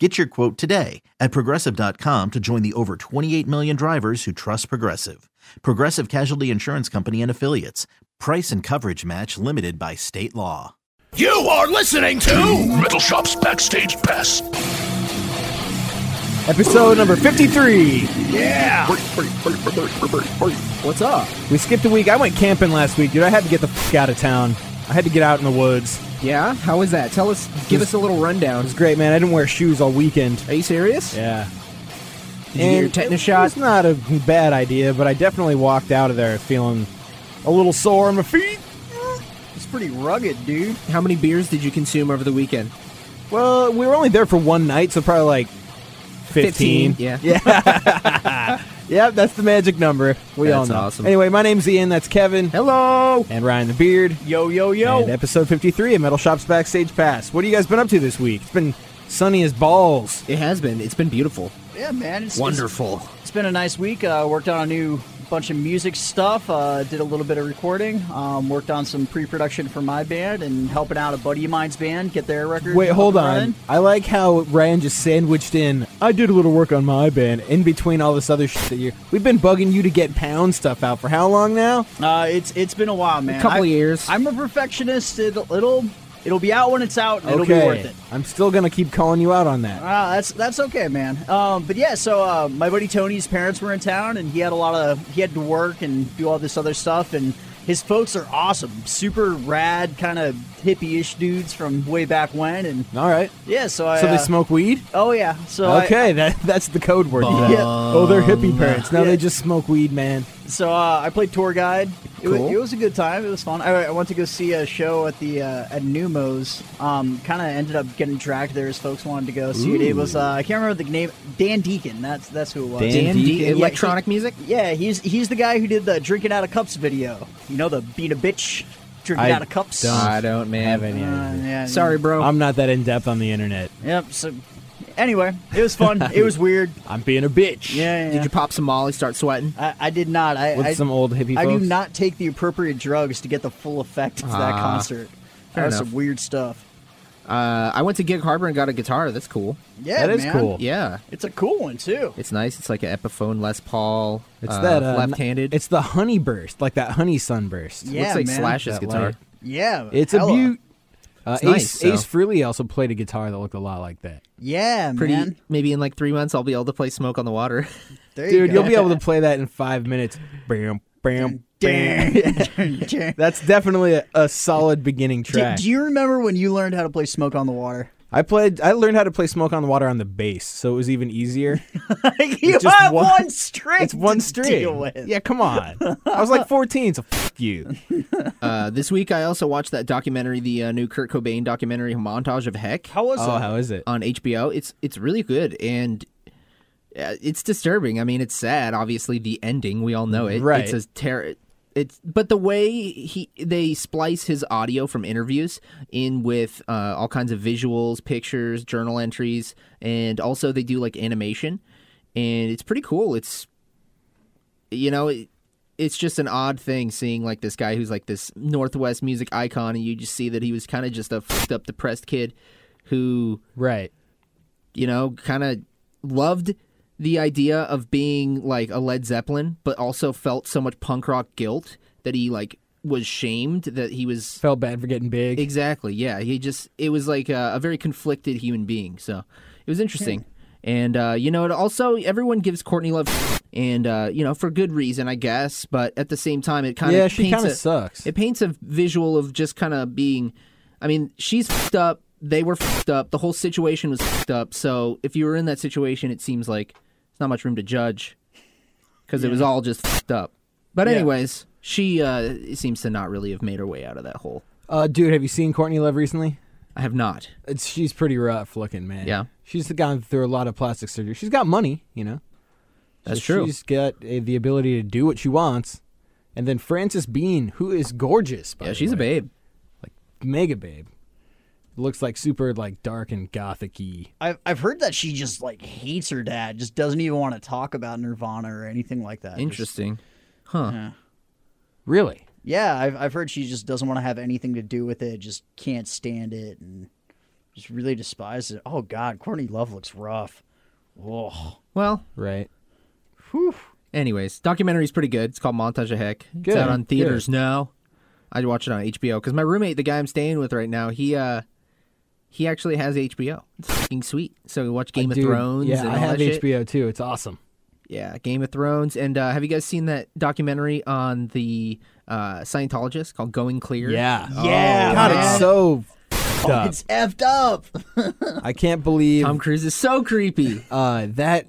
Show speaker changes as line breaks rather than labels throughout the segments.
Get your quote today at progressive.com to join the over 28 million drivers who trust Progressive. Progressive Casualty Insurance Company and Affiliates. Price and coverage match limited by state law.
You are listening to Metal Shop's Backstage Pass.
Episode number 53.
Yeah!
What's up? We skipped a week. I went camping last week, dude. I had to get the f out of town. I had to get out in the woods.
Yeah, how was that? Tell us, give us a little rundown.
It was great, man. I didn't wear shoes all weekend.
Are you serious?
Yeah.
Did you get your tetanus shot?
It's not a bad idea, but I definitely walked out of there feeling a little sore on my feet.
It's pretty rugged, dude. How many beers did you consume over the weekend?
Well, we were only there for one night, so probably like 15.
Yeah.
Yep, that's the magic number. We all
That's
know.
awesome.
Anyway, my name's Ian. That's Kevin.
Hello.
And Ryan the Beard.
Yo, yo, yo.
And episode 53 of Metal Shop's Backstage Pass. What have you guys been up to this week? It's been sunny as balls.
it has been. It's been beautiful.
Yeah, man. It's,
Wonderful.
it's- it's been a nice week. Uh, worked on a new bunch of music stuff. Uh, did a little bit of recording. Um, worked on some pre-production for my band and helping out a buddy of mine's band get their record.
Wait,
up
hold
and
on.
running.
I like how Ryan just sandwiched in. I did a little work on my band in between all this other shit that you. We've been bugging you to get pound stuff out for how long now?
Uh, it's it's been a while, man.
couple
I-
years.
I'm a perfectionist. It'll it'll, it'll be out when it's out. And It'll be worth it.
I'm still gonna keep calling you out on that.
Ah, that's that's okay, man. Um, but yeah, so uh, my buddy Tony's parents were in town, and he had a lot of he had to work and do all this other stuff. And his folks are awesome, super rad, kind of hippie-ish dudes from way back when. And
All right.
yeah, so I
So they
uh,
smoke weed.
Oh yeah, so I-
Okay, that that's the code word. for that.
Yeah.
Oh, they're hippie parents. No,
Yeah.
they just smoke weed, man.
so uh, I played tour guide. It, was,
Cool.
it was a good time. It was fun. I, I went to go see a show at the uh, at Numos. Um, kind of ended up getting dragged there as folks wanted to go see it. It was uh, I can't remember the name. Dan Deacon. That's that's who it was.
Dan
Dan
Deacon.
D- electronic music?
Yeah, he's he's the guy who did the drinking out of cups video. You know the being a bitch, drinking
I
out of cups.
I don't, man.
Have any idea.
Uh, yeah,
Sorry, bro.
I'm not that in depth on the internet.
Yep. So, anyway, it was fun. it was weird.
I'm being a bitch.
Yeah. yeah,
did
yeah.
you pop some Molly, start sweating?
I, I did not. I
With
I,
some old hippie
I do
folks?
not take the appropriate drugs to get the full effect of that
Ah,
concert.
fair
That was
enough.
some weird stuff.
Uh, I went to Gig Harbor and got a guitar. That's cool.
Yeah,
That is
man.
cool.
Yeah.
It's a cool one too.
It's nice. It's like an Epiphone Les Paul.
It's
uh,
that uh,
left-handed.
It's the honey burst, like that honey sunburst.
Yeah.
looks like
man.
Slash's
That
guitar.
light.
Yeah,
It's a
hella.
beaut. Uh, Ace,
nice, so-
Ace Frehley also played a guitar that looked a lot like that.
Yeah,
Pretty.
man.
Maybe in like three months, I'll be able to play Smoke on the Water.
There
Dude,
you
you'll
go.
be able to play that in five minutes. Bam, bam, bam.
Dang.
That's definitely a, a solid beginning
do,
track.
do you remember when you learned how to play Smoke on the Water?
I played. I learned how to play "Smoke on the Water" on the bass, so it was even easier.
you
It's just
have
one-
one, string.
It's one
to Deal
string.
with.
Yeah, come on. I was like 14, so fuck you.
Uh, this week, I also watched that documentary, the uh, new Kurt Cobain documentary, Montage of Heck,
How was
Oh,
it? Uh,
how is it?
on HBO. It's it's really good and uh, it's disturbing. I mean, it's sad. Obviously, the ending we all know it.
Right.
It's a terror. It's but the way he they splice his audio from interviews in with uh, all kinds of visuals, pictures, journal entries, and also they do like animation, and it's pretty cool. It's you know, it, it's just an odd thing seeing like this guy who's like this Northwest music icon, and you just see that he was kind of just a fucked up, depressed kid who,
Right.
you know, kind of loved the idea of being like a Led Zeppelin, but also felt so much punk rock guilt that he like was shamed that he was
Felt bad for getting big.
Exactly. Yeah. He just it was like a, a very conflicted human being. So it was interesting. And uh, you know, it also everyone gives Courtney Love, and uh, you know, for good reason, I guess. But at the same time, it kind of
Yeah, she
paints
kinda
a-
sucks.
It paints a visual of just kind of being. I mean, she's fed up. They were fed up. The whole situation was fed up. So if you were in that situation, it seems like there's not much room to judge because it was all just fed up. But anyways, she uh, seems to not really have made her way out of that hole.
Uh, dude, have you seen Courtney Love recently?
I have not.
It's, she's pretty rough looking, man.
Yeah.
She's gone through a lot of plastic surgery. She's got money, you know.
That's
So
true.
She's got uh, the ability to do what she wants. And then Frances Bean, who is gorgeous. By
Yeah,
the
she's a
way.
babe.
Mega babe. Looks like super like dark and gothicy.
I've, I've heard that she just like hates her dad, just doesn't even want to talk about Nirvana or anything like that. Just-
Interesting. Huh.
Really?
yeah, I've, I've heard she just doesn't want to have anything to do with it, just can't stand it, and just really despises it. Oh, God, Courtney Love looks rough. Oh,
Well,
Right.
anyways, documentary's pretty good. It's called Montage of Heck.
Good,
It's out on
good.
theaters now. I watch it on HBO because my roommate, the guy I'm staying with right now, he uh he actually has HBO. It's fucking sweet. So we watch Game of
Dude,
Thrones.
Yeah,
and
I
all
have
that shit.
HBO too. It's awesome.
Yeah, Game of Thrones. And uh, have you guys seen that documentary on the uh, Scientologist called Going Clear?
Yeah. Oh,
yeah,
God,
man.
it's so f***ed up.
Oh, it's effed up
I can't believe
Tom Cruise is so creepy.
uh, that.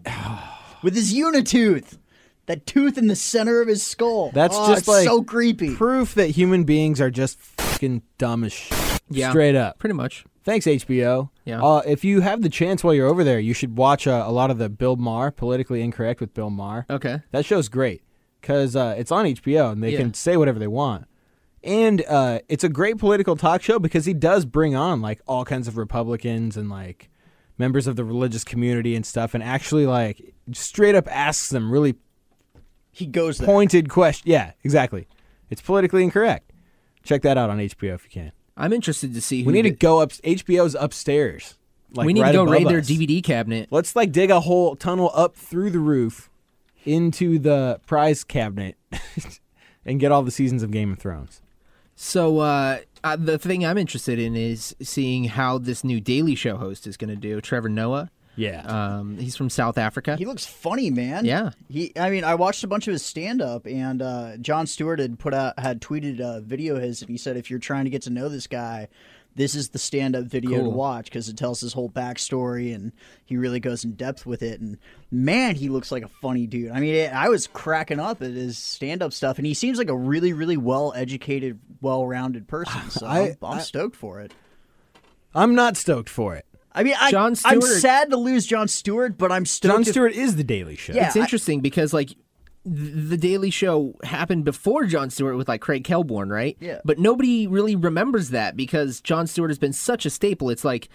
with his unitooth, that tooth in the center of his skull.
That's
Oh,
just
it's
like
so creepy.
Proof that human beings are just fucking dumb as shit.
Yeah.
Straight up.
Pretty much.
Thanks HBO.
Yeah.
Uh, if you have the chance while you're over there, you should watch uh, a lot of the Bill Maher, politically incorrect with Bill Maher.
Okay.
That show's great because uh, it's on HBO and they
Yeah.
can say whatever they want. And uh, it's a great political talk show because he does bring on like all kinds of Republicans and like members of the religious community and stuff, and actually like straight up asks them really
He goes there.
pointed question. Yeah, exactly. It's politically incorrect. Check that out on HBO if you can.
I'm interested to see. Who
We need to
the-
go up. HBO's upstairs. Like
we need
right
to go
above
raid their
us.
DVD cabinet.
Let's like dig a whole tunnel up through the roof into the prize cabinet and get all the seasons of Game of Thrones.
So uh, uh, the thing I'm interested in is seeing how this new Daily Show host is going to do. Trevor Noah.
Yeah.
Um, he's from South Africa.
He looks funny, man.
Yeah.
He. I mean, I watched a bunch of his stand up, and uh, John Stewart had put out had tweeted a video of his, and he said, if you're trying to get to know this guy. This is the stand up video to
Cool.
watch because it tells his whole backstory and he really goes in depth with it. And man, he looks like a funny dude. I mean, it, I was cracking up at his stand up stuff and he seems like a really, really well educated, well rounded person. So I,
I-
am I'm
I-
stoked for it.
I'm not stoked for it.
I mean, I,
Jon
I'm
Stewart-
sad to lose John Stewart, but I'm stoked.
John
if-
Stewart is the Daily Show.
Yeah.
it's interesting because like th- the Daily Show happened before Jon Stewart with like Craig Kelborn, right?
Yeah.
But nobody really remembers that because Jon Stewart has been such a staple. It's like,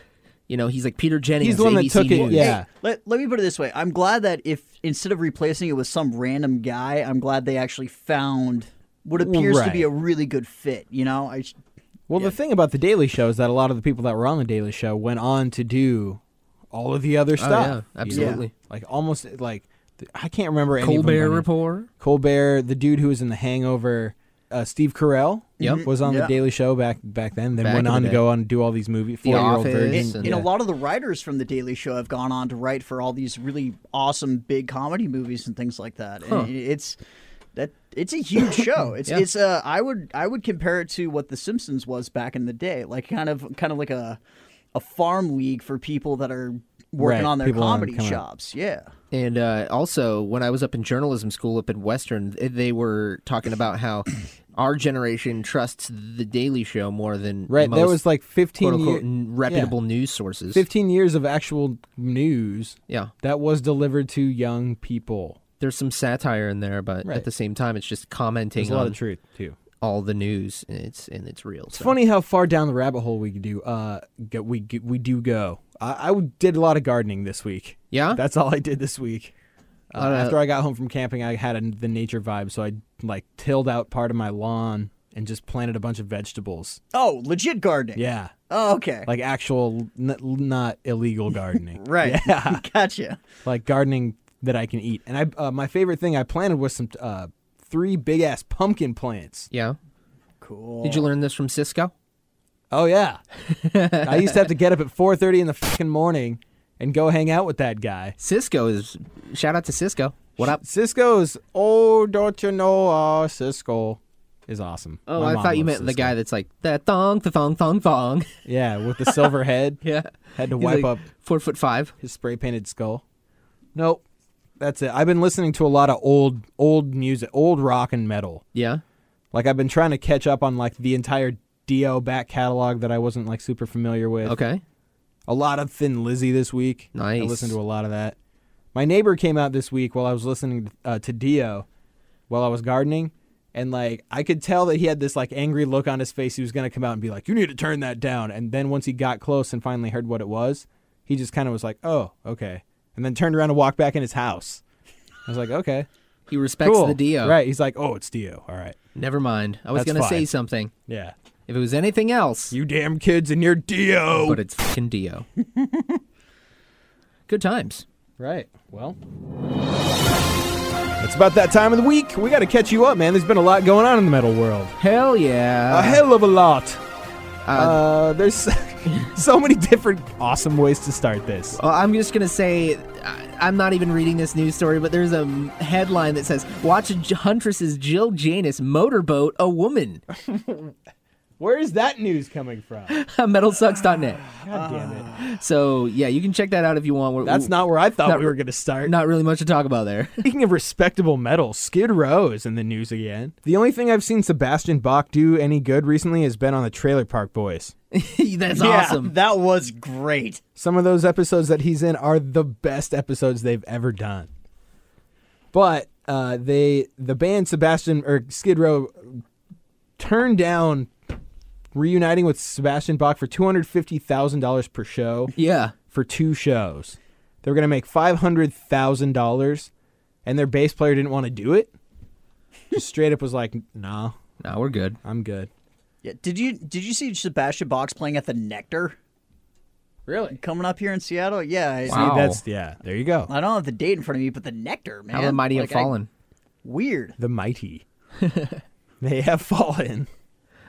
you know, he's like Peter Jennings.
He's the one that
ABC
took it,
News.
yeah.
Let, let me put it this way. I'm glad that if instead of replacing it with some random guy, I'm glad they actually found what appears to
Right.
be a really good fit. You know, I s-
Well, the thing about the Daily Show is that a lot of the people that were on the Daily Show went on to do all of the other stuff.
Oh, yeah,
you know?
absolutely.
Like almost like th- I can't remember any of them by
Colbert
name.
Report.
Colbert, the dude who was in The Hangover, uh, Steve Carell,
Yep.
was on
Yeah.
the Daily Show back back then. Then
Back in
went
the
on to
day.
go on and do all these movies. Four year old
Office
virgin.
and-
and a lot of the writers from the Daily Show have gone on to write for all these really awesome big comedy movies and things like that. And it- it's that it's a huge show. It's
Yeah.
it's uh I would I would compare it to what The Simpsons was back in the day, like kind of kind of like a a farm league for people that are working
Right,
on their
people on-
comedy
coming up.
shops. Yeah.
And uh, also, when I was up in journalism school up in Western, th- they were talking about how our generation trusts the Daily Show more than
Right,
Most,
there was like
quote
15,
unquote
year-
n- reputable news sources.
15 years of actual news
Yeah,
that was delivered to young people.
there's some satire in there, but
Right.
at the same time, it's just commenting
There's a lot
on
of truth too.
all the news, and it's and it's real.
It's funny how far down the rabbit hole we do. Uh, go, we g- we do go. I, I did a lot of gardening this week.
Yeah?
that's all I did this week. Uh,
Lot of-
after I got home from camping, I had a, the nature vibe, so I like tilled out part of my lawn and just planted a bunch of vegetables.
Oh, legit gardening.
Yeah,
Oh, okay.
like actual, n- not illegal gardening.
right.
Yeah.
gotcha.
like gardening that I can eat. And I, uh, my favorite thing I planted was some uh, three big ass pumpkin plants.
Yeah.
Cool.
Did you learn this from Cisco?
Oh yeah, I used to have to get up at four thirty in the fucking morning and go hang out with that guy.
Cisco is shout out to Cisco. What up?
Cisco's oh don't you know uh, Cisco is awesome.
Oh,
My
I
mom
thought you meant
loves
the
Cisco.
guy that's like that thong, the thong, thong, thong.
Yeah, with the silver head.
Yeah.
had to
He's
wipe
like
up
Four foot five.
his spray painted skull. Nope, that's it. I've been listening to a lot of old old music, old rock and metal.
Yeah.
Like I've been trying to catch up on like the entire Dio back catalog that I wasn't like super familiar with.
Okay.
A lot of Thin Lizzy this week. I
Nice.
listened to a lot of that. My neighbor came out this week while I was listening uh, to Dio while I was gardening, And like I could tell that he had this like angry look on his face. He was gonna come out and be like, "You need to turn that down." And then once he got close and finally heard what it was, he just kind of was like, "Oh, okay," and then turned around and walked back in his house. I was like, "Okay,
He respects
cool."
the Dio.
Right? He's like, "Oh, it's Dio. All right,
Never mind. I was
That's
gonna say
fine.
something.
yeah."
If it was anything else,
You damn kids and your Dio.
but it's fucking Dio. Good times.
Right. Well, it's about that time of the week. We got to catch you up, man. There's been a lot going on in the metal world.
Hell yeah.
a hell of a lot. Uh, there's so many different awesome ways to start this.
Well, I'm just gonna say, I- I'm not even reading this news story, but there's a m- headline that says, "Watch J- Huntress's Jill Janus motorboat a woman."
Where is that news coming from?
MetalSucks.net.
God damn it.
So yeah, you can check that out if you want. We're-
That's not where I thought
Uh, Not
we were going to start.
not really much to talk about there.
Speaking of respectable metal, Skid Row is in the news again. The only thing I've seen Sebastian Bach do any good recently has been on the Trailer Park Boys.
That's
Yeah,
awesome.
that was great.
Some of those episodes that he's in are the best episodes they've ever done. But uh, they the band Sebastian or Skid Row turned down reuniting with Sebastian Bach for two hundred fifty thousand dollars per show
Yeah.
for two shows. They were gonna make five hundred thousand dollars, and their bass player didn't want to do it. Just straight up was like, "Nah,
No, we're good.
I'm good."
Yeah, did you did you see Sebastian Box playing at the Nectar
Really?
coming up here in Seattle? Yeah, I,
Wow.
That's yeah. There you go.
I don't have the date in front of me, but the Nectar, man.
How the mighty have
Like, I-
fallen.
weird.
The mighty. they have fallen.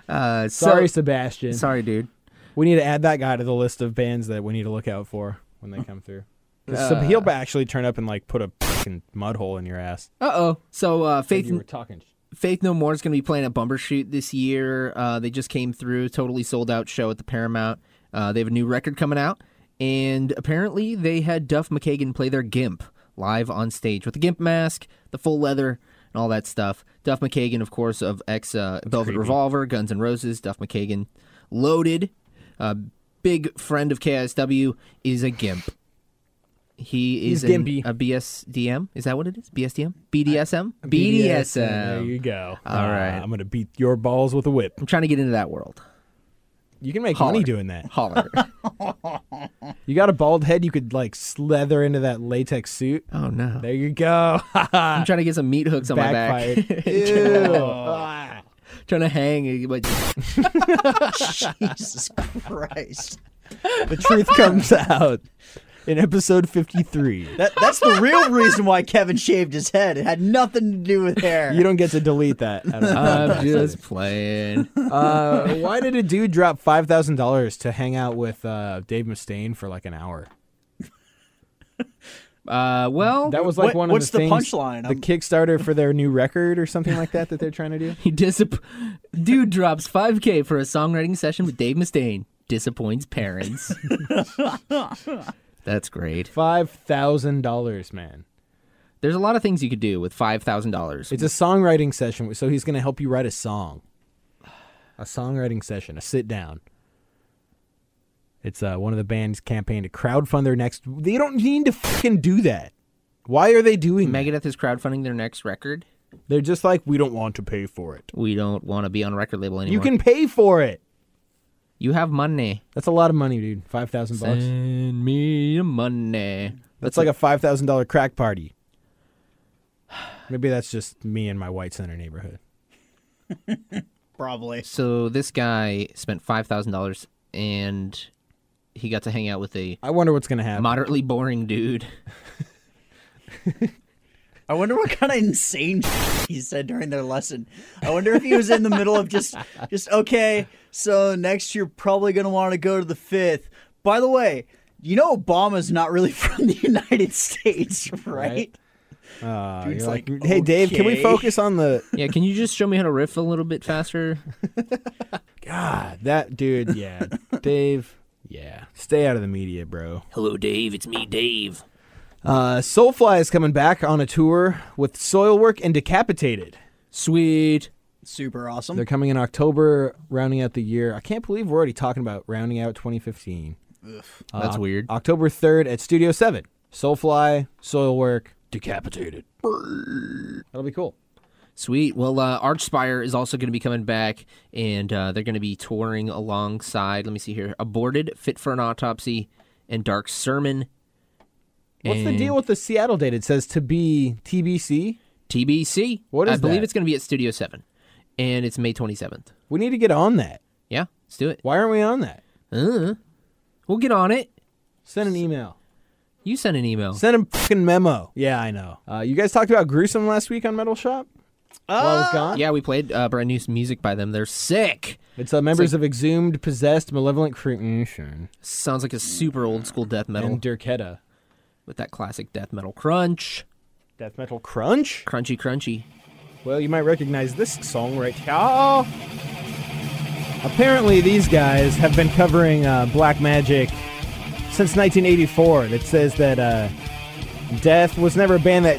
Uh, so-
Sorry, Sebastian.
sorry, dude.
We need to add that guy to the list of bands that we need to look out for when they come through. 'Cause
Uh,
some- he'll actually turn up and like put a fucking mud hole in your ass.
Uh oh. So uh, Faith
You were talking.
Faith No More is going to be playing at Bumbershoot this year. Uh, they just came through, totally sold out show at the Paramount. Uh, they have a new record coming out, and apparently they had Duff McKagan play their Gimp live on stage with the Gimp mask, the full leather, and all that stuff. Duff McKagan, of course, of ex uh, Velvet Revolver, Guns N' Roses. Duff McKagan, loaded, a big friend of KSW, is a Gimp. He is
He's
an-
gimpy.
a BSDM. Is that what it is? BSDM? BDSM?
There
BDSM.
you go. Ah,
All right.
I'm gonna beat your balls with a whip.
I'm trying to get into that world.
You can make
Holler.
money doing that.
Holler.
You got a bald head. You could like slather into that latex suit.
oh no.
There you go.
I'm trying to get some meat hooks on my
Backfired.
back.
Ew. Ah.
trying to hang. But
Jesus Christ.
the truth comes out in episode 53.
That, that's the real reason why Kevin shaved his head. It had nothing to do with hair.
You don't get to delete that. out of the podcast.
I'm just playing.
Uh, why did a dude drop five thousand dollars to hang out with uh, Dave Mustaine for like an hour?
Uh, well,
That was like
What-
one of
what's
the
the
things-
punchline?
The
I'm-
Kickstarter for their new record or something like that that they're trying to do.
he disapp- Dude drops 5K for a songwriting session with Dave Mustaine. Disappoints parents. That's great.
Five thousand dollars, man.
There's a lot of things you could do with five thousand dollars.
It's a songwriting session, so he's going to help you write a song. A songwriting session, a sit down. It's uh, one of the band's campaign to crowdfund their next. They don't need to fucking do that. Why are they doing that?
Megadeth is crowdfunding their next record.
They're just like we don't want to pay for it.
We don't want to be on a record label anymore.
You can pay for it.
You have money.
That's a lot of money, dude. Five thousand bucks.
Send me your money.
That's like a five thousand dollar crack party. Maybe that's just me and my white center neighborhood.
Probably.
So this guy spent five thousand dollars and he got to hang out with a
I wonder what's gonna happen.
moderately boring dude.
I wonder what kind of insane he said during their lesson. I wonder if he was in the middle of just, just okay. So next you're probably gonna want to go to the fifth. By the way, you know Obama's not really from the United States, right?
Uh,
Dude's
you're like,
like,
hey Dave, can we
"Okay."
focus on the
Yeah, can you just show me how to riff a little bit faster?
God? That dude, yeah, Dave, yeah. Stay out of the media, bro.
Hello, Dave. It's me, Dave.
Uh, Soulfly is coming back on a tour with Soilwork and Decapitated.
Sweet.
Super awesome.
They're coming in October, rounding out the year. I can't believe we're already talking about rounding out 2015. Uh,
That's weird.
October 3rd at Studio 7. Soulfly, Soilwork, Decapitated. That'll be cool.
Sweet. Well, uh, Archspire is also going to be coming back, and uh, they're going to be touring alongside. Let me see here: Aborted, Fit for an Autopsy, and Dark Sermon.
What's the deal with the Seattle date? It says to be TBC.
TBC?
What
I
is
believe
that?
it's going to be at Studio Seven, and it's May twenty seventh.
We need to get on that.
Yeah, let's do it.
Why aren't we on that?
Uh, we'll get on it.
Send an email.
You send an email.
Send a fucking memo. Yeah, I know. Uh, you guys talked about gruesome last week on Metal Shop. While I was gone.
yeah, we played uh, brand new music by them. They're sick.
It's uh, members of Exhumed, Possessed, Malevolent Creation, Oh.
Sounds like a super old school death metal
and Dirketa.
with that classic death metal crunch,
Death Metal Crunch.
crunchy, crunchy.
Well, you might recognize this song right here. Apparently, these guys have been covering uh, black magic since 1984. That says that uh, Death was never a band that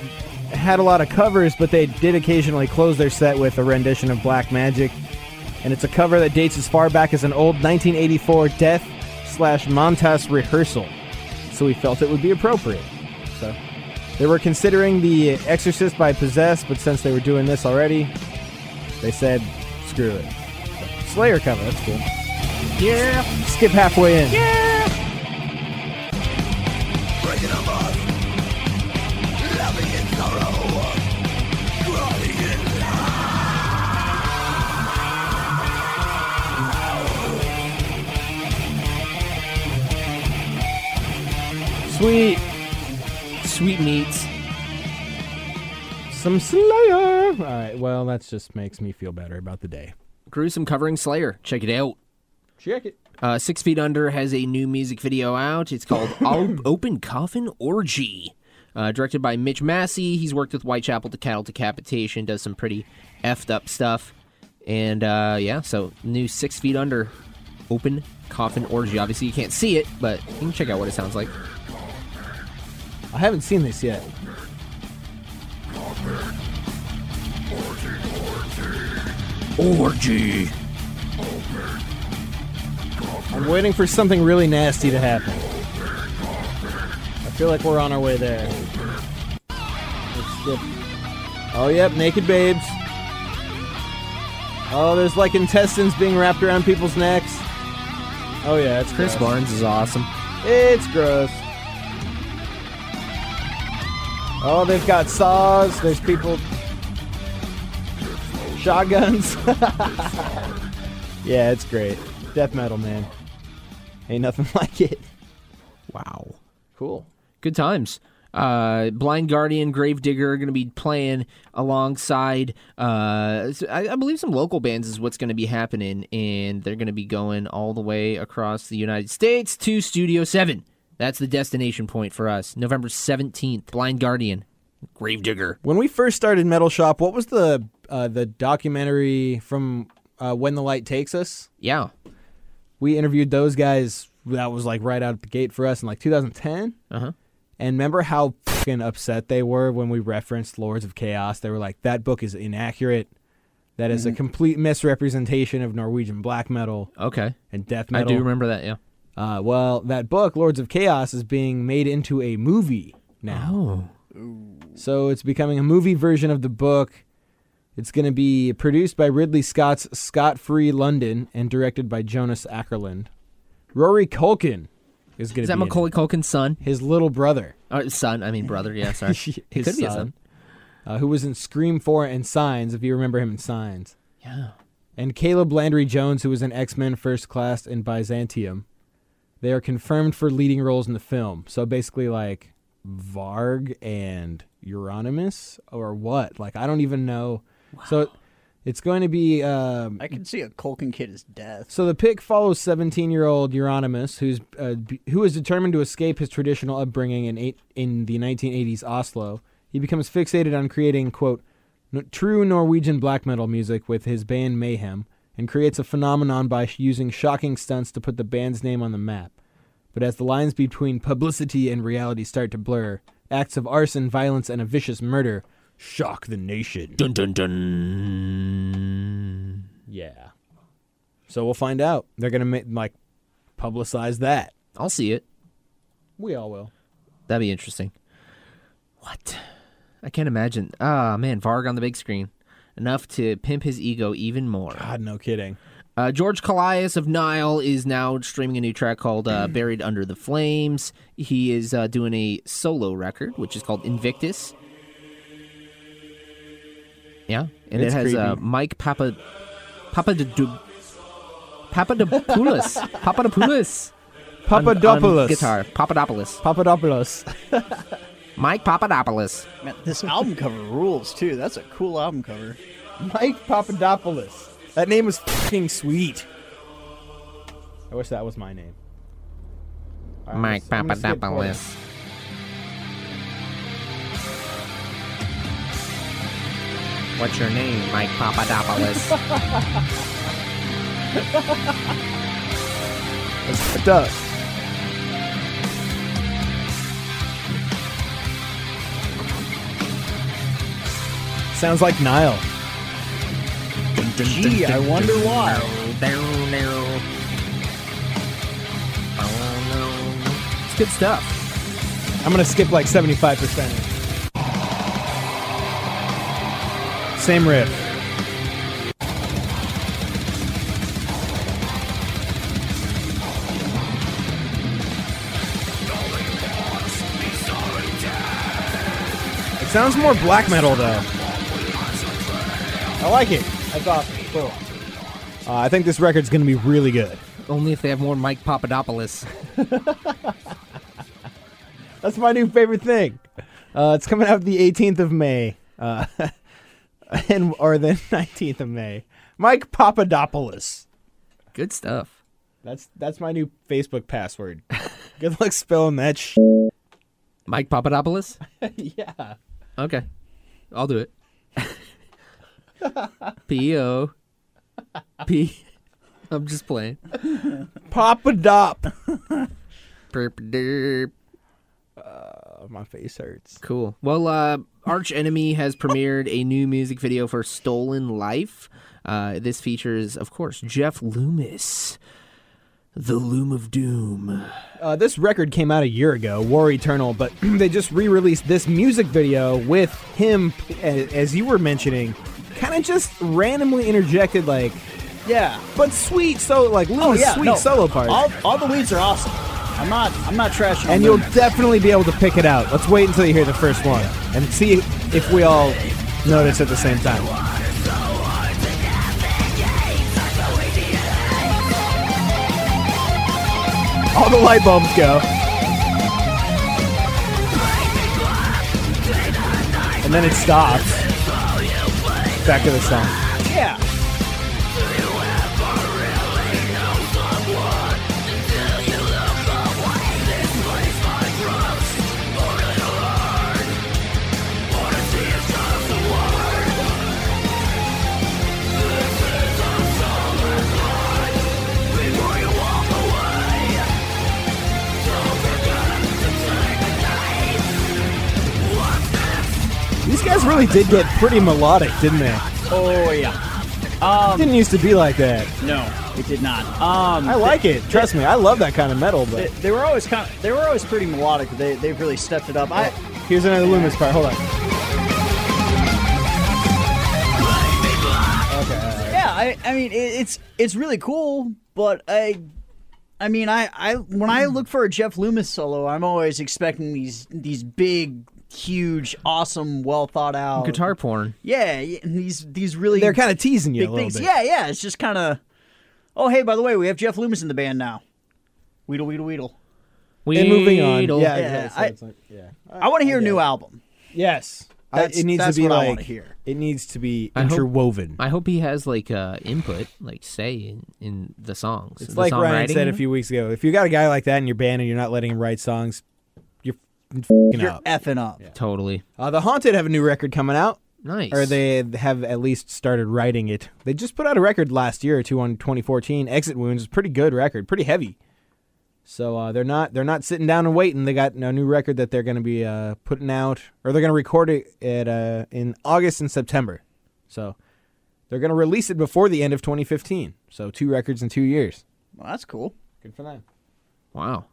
had a lot of covers, but they did occasionally close their set with a rendition of black magic. And it's a cover that dates as far back as an old 1984 Death slash Montas rehearsal. So we felt it would be appropriate. So they were considering The Exorcist by Possessed, but since they were doing this already, they said, screw it. Slayer cover, that's cool.
Yeah.
Skip halfway in. Yeah! Sweet.
Sweet meats.
Some Slayer. All right, well, that just makes me feel better about the day.
Gruesome covering Slayer. Check it out.
Check it.
Uh, Six Feet Under has a new music video out. It's called Op- Open Coffin Orgy. Uh, directed by Mitch Massey. He's worked with Whitechapel to Cattle Decapitation, does some pretty effed up stuff. And uh, yeah, so new Six Feet Under Open Coffin Orgy. Obviously, you can't see it, but you can check out what it sounds like.
I haven't seen this yet.
Orgy.
I'm waiting for something really nasty to happen. I feel like we're on our way there. Let's skip. Oh, yep, naked babes. Oh, there's like intestines being wrapped around people's necks. Oh, yeah, it's
Chris
gross.
Barnes is awesome.
It's gross. Oh, they've got saws. There's people. Shotguns. yeah, it's great. Death metal, man. Ain't nothing like it.
Wow.
Cool.
good times. Uh, Blind Guardian, Gravedigger are going to be playing alongside, uh, s- I, I believe, some local bands is what's going to be happening, and they're going to be going all the way across the United States to Studio 7. That's the destination point for us. November 17th, Blind Guardian, Gravedigger.
When we first started Metal Shop, what was the uh, the documentary from uh, When the Light Takes Us?
Yeah.
we interviewed those guys. That was like right out the gate for us in like 2010.
Uh-huh.
And remember how fucking upset they were when we referenced Lords of Chaos? They were like, "That book is inaccurate. That is
Mm-hmm.
a complete misrepresentation of Norwegian black metal
Okay.
and death
Uh, I
metal."
do remember that, yeah.
Uh, well, that book, Lords of Chaos, is being made into a movie now.
Oh.
So it's becoming a movie version of the book. It's going to be produced by Ridley Scott's Scott Free London and directed by Jonas Ackerland. Rory Culkin is going
Is
to
that
be in
Macaulay Culkin's son?
it. his little brother,
Or son, I mean brother, yeah, sorry.
His
it could be a
son.
son.
uh, who was in Scream 4 and Signs, if you remember him in Signs.
Yeah.
And Caleb Landry Jones, who was in X Men First Class and Byzantium. They are confirmed for leading roles in the film. So basically, like Varg and Euronymous, or what? Like, I don't even know. So it's going to be. Um,
I can see a Culkin kid as death.
So the pick follows 17-year-old Euronymous, who's uh, b- who is determined to escape his traditional upbringing in eight, in the 1980s Oslo. He becomes fixated on creating quote "no- true Norwegian black metal music with his band Mayhem, and creates a phenomenon by sh- using shocking stunts to put the band's name on the map. But as the lines between publicity and reality start to blur, acts of arson, violence, and a vicious murder shock the nation.
Dun dun dun.
Yeah. So we'll find out. They're gonna make like publicize that.
I'll see it.
We all will.
That'd be interesting. What? I can't imagine. Ah, man, Varg on the big screen. enough to pimp his ego even more.
God, Ah, no kidding.
Uh, George Colias of Nile is now streaming a new track called uh, Buried Under the Flames. He is uh, doing a solo record, which is called Invictus. Yeah, and
It's
it has uh,
creepy.
Mike Papa Papa de Papadopoulos Papadopoulos on- on
Papadopoulos.
guitar Papadopoulos
Papadopoulos.
Mike Papadopoulos
Man, this album cover rules too. That's a cool album cover.
Mike Papadopoulos. That name was fucking sweet. I wish that was my name. All right, I'm
Mike
gonna- I'm gonna skip forward.
Papadopoulos. What's your name, Mike Papadopoulos?
It does. Sounds like Nile.
Gee, I wonder why.
Oh, It's good stuff.
I'm gonna skip like 75% of it. Same riff. It sounds more black metal though. I like it. That's awesome. Cool. Uh, I think this record's gonna be really good.
Only if they have more Mike Papadopoulos.
That's my new favorite thing. Uh, it's coming out the 18th of May, uh, and or the 19th of May. Mike Papadopoulos.
Good stuff.
That's that's my new Facebook password. Good luck spelling that. Sh-
Mike Papadopoulos?
yeah.
Okay. I'll do it. P O P. I'm just playing.
Papadop.
Burp, derp.
Oh, my face hurts.
Cool. Well, uh, Arch Enemy has premiered a new music video for Stolen Life. Uh, this features, of course, Jeff Loomis, the Loom of Doom.
Uh, this record came out a year ago, War Eternal, but they just re-released this music video with him, a- as you were mentioning, kind of just randomly interjected like,
Yeah.
but sweet, so like little
Oh yeah.
sweet
no,
solo part.
All, all the leads are awesome. I'm not. I'm not trashing.
and
them.
you'll definitely be able to pick it out. Let's wait until you hear the first one and see if we all notice at the same time. All the light bulbs go. And then it stops. Back to the song.
Yeah.
These guys really did get pretty melodic, didn't they?
Oh yeah.
It didn't used to be like that.
No, it did not. Um,
I like it. Trust me, I love that kind of metal,
They,
but
they were always kind of. They were always pretty melodic. but They they've really stepped it up. I.
Here's another Loomis part. Hold on.
Yeah. I. I mean, it, it's it's really cool, but I. I mean, I, I when I look for a Jeff Loomis solo, I'm always expecting these these big, huge, awesome, well thought out
Guitar porn.
Yeah, y- and these these really
They're kind of teasing you
big
a little
things.
bit.
Yeah, yeah. It's just kind of. Oh, hey, by the way, we have Jeff Loomis in the band now. Weedle, weedle, weedle.
And moving on.
Weedle.
Yeah,
Yeah,
exactly. So
I-
it's like- yeah.
I want to hear a new album.
Yes. I-
That's-
it needs
that's
to be
what I
like
wanna hear.
it needs to be
I hope-
interwoven.
I hope he has like uh, input, like say in, in the songs.
it's
the
like Ryan
songwriting.
said a few weeks ago. If you got a guy like that in your band and you're not letting him write songs, you're fing
You're
up.
effing up.
Totally
Uh, the Haunted have a new record coming out,
nice.
or they have at least started writing it. They just put out a record last year or two on 2014. Exit Wounds is a pretty good record, pretty heavy. So uh, they're not they're not sitting down and waiting. They got a new record that they're going to be uh, putting out, or they're going to record it at, uh, in August and September. So they're going to release it before the end of 2015. So two records in two years.
Well, that's cool.
Good for them.
Wow.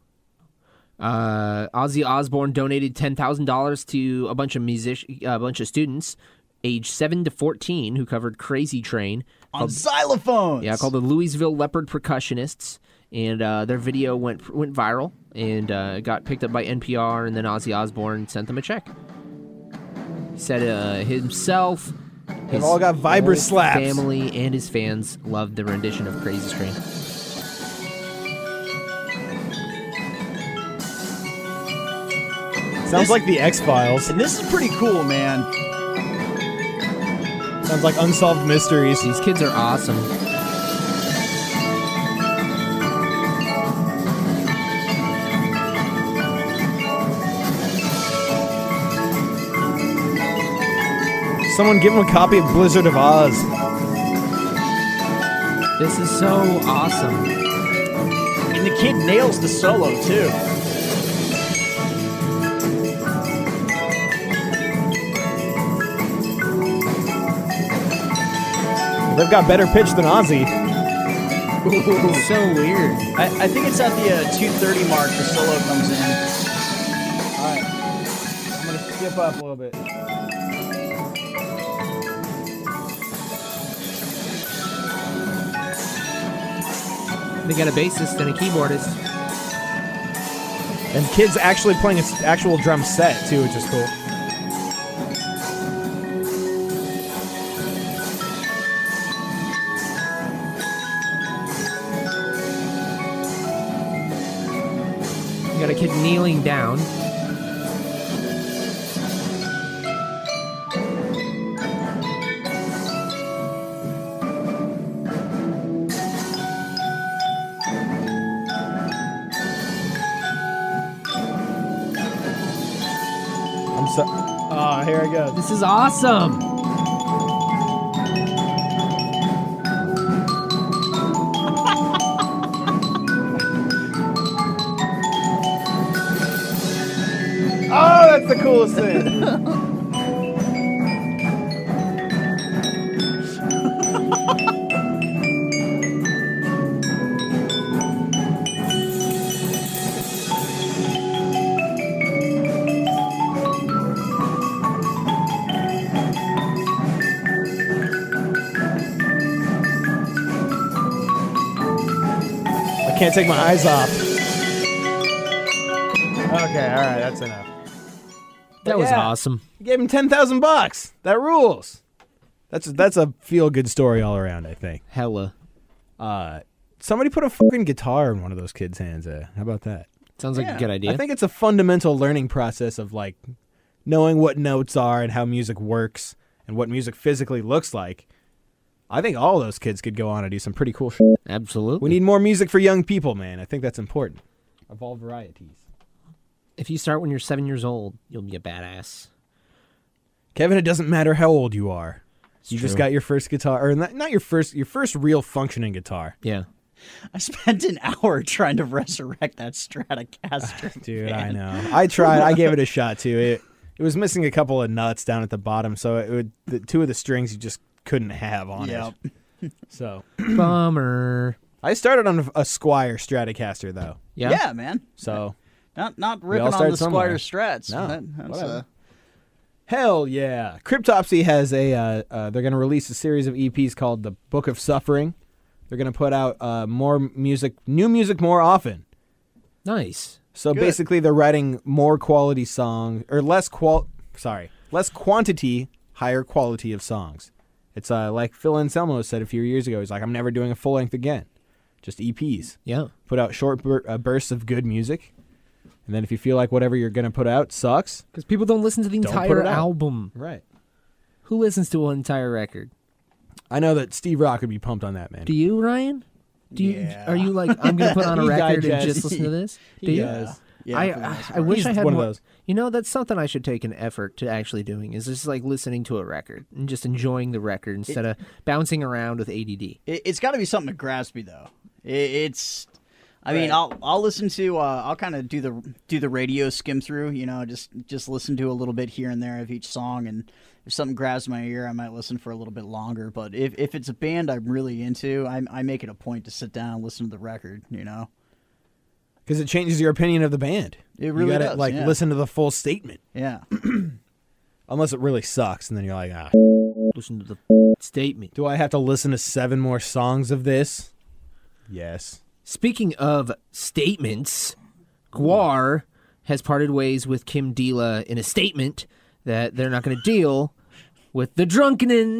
Uh, Ozzy Osbourne donated ten thousand dollars to a uh, bunch of music, a bunch of students age 7 to 14 who covered Crazy Train.
on xylophones.
Yeah, called the Louisville Leopard Percussionists, and uh, their video went went viral and uh, got picked up by NPR, and then Ozzy Osbourne sent them a check. He said uh, himself, his
all got vibra
whole
slaps.
Family and his fans loved the rendition of Crazy Train.
Sounds like the X Files.
and this is pretty cool, man.
Sounds like unsolved mysteries.
These kids are awesome.
Someone give him a copy of Blizzard of Oz.
This is so awesome.
And the kid nails the solo too.
They've got better pitch than Ozzy.
It's so weird.
I, I think it's at the uh, 230 mark. The solo comes in.
I'm gonna skip up a little bit.
They got a bassist and a keyboardist.
And kids actually playing an actual drum set too, which is cool.
You got a kid kneeling down.
I'm so. Ah, here it goes.
This is awesome.
Oh, that's the coolest thing. I can't take my eyes off. Okay, all right, that's enough.
That was
Yeah.
awesome.
gave him ten thousand bucks. That rules. That's a, that's a feel good story all around. I think.
Hella.
Uh, somebody put a fucking guitar in one of those kids' hands. Uh, how about that?
Sounds like a good idea.
I think it's a fundamental learning process of like knowing what notes are and how music works and what music physically looks like. I think all those kids could go on and do some pretty cool shit.
Absolutely.
We need more music for young people, man. I think that's important. Of all varieties.
if you start when you're seven years old, you'll be a badass.
Kevin, it doesn't matter how old you are. you just
true.
got your first guitar, or not, not your first, your first real functioning guitar.
Yeah.
I spent an hour trying to resurrect that Stratocaster.
Dude,
man.
I know. I tried. I gave it a shot too. It it was missing a couple of nuts down at the bottom, so it would, the two of the strings you just couldn't have on it. So
Bummer.
I started on a, a Squire Stratocaster though.
Yeah.
Yeah, man.
So
Not not
all
ripping on
started
the
somewhere.
Squire Strats.
No,
That- that's,
whatever.
uh,
hell yeah, Cryptopsy has a. Uh, uh, they're going to release a series of EPs called the Book of Suffering. They're going to put out uh, more music, new music more often.
Nice.
So basically, they're writing more quality songs or less qual. Sorry, less quantity, higher quality of songs. It's uh, like Phil Anselmo said a few years ago. He's like, I'm never doing a full length again, just E EPs.
Yeah.
Put out short bur- uh, bursts of good music, and then if you feel like whatever you're gonna put out sucks,
Because people don't listen to the
Don't put
entire
it out.
album.
right?
Who listens to an entire record?
I know that Steve Rock would be pumped on that, man.
Do you, Ryan? Do you? Are you like I'm gonna put on a
He
record and
digests.
just listen to this? Do you?
does.
Yeah,
I,
for the
I,
most
I wish
He's
I had
one of
more-
those.
You know, that's something I should take an effort to actually doing is just like listening to a record and just enjoying the record instead of bouncing around with ADD.
it, it's got to be something to grasp me though. It, it's, I mean, I'll I'll listen to uh, I'll kind of do the do the radio skim through, you know, just just listen to a little bit here and there of each song, and if something grabs my ear, I might listen for a little bit longer. But if, if it's a band I'm really into, I I make it a point to sit down and listen to the record, you know.
Because it changes your opinion of the band.
It really
you gotta
does,
like
yeah.
listen to the full statement,
Yeah,
unless it really sucks, and then you're like, ah,
Listen to the statement.
Do I have to listen to seven more songs of this? Yes.
Speaking of statements, Guar has parted ways with Kim Dila in a statement that they're not going to deal with the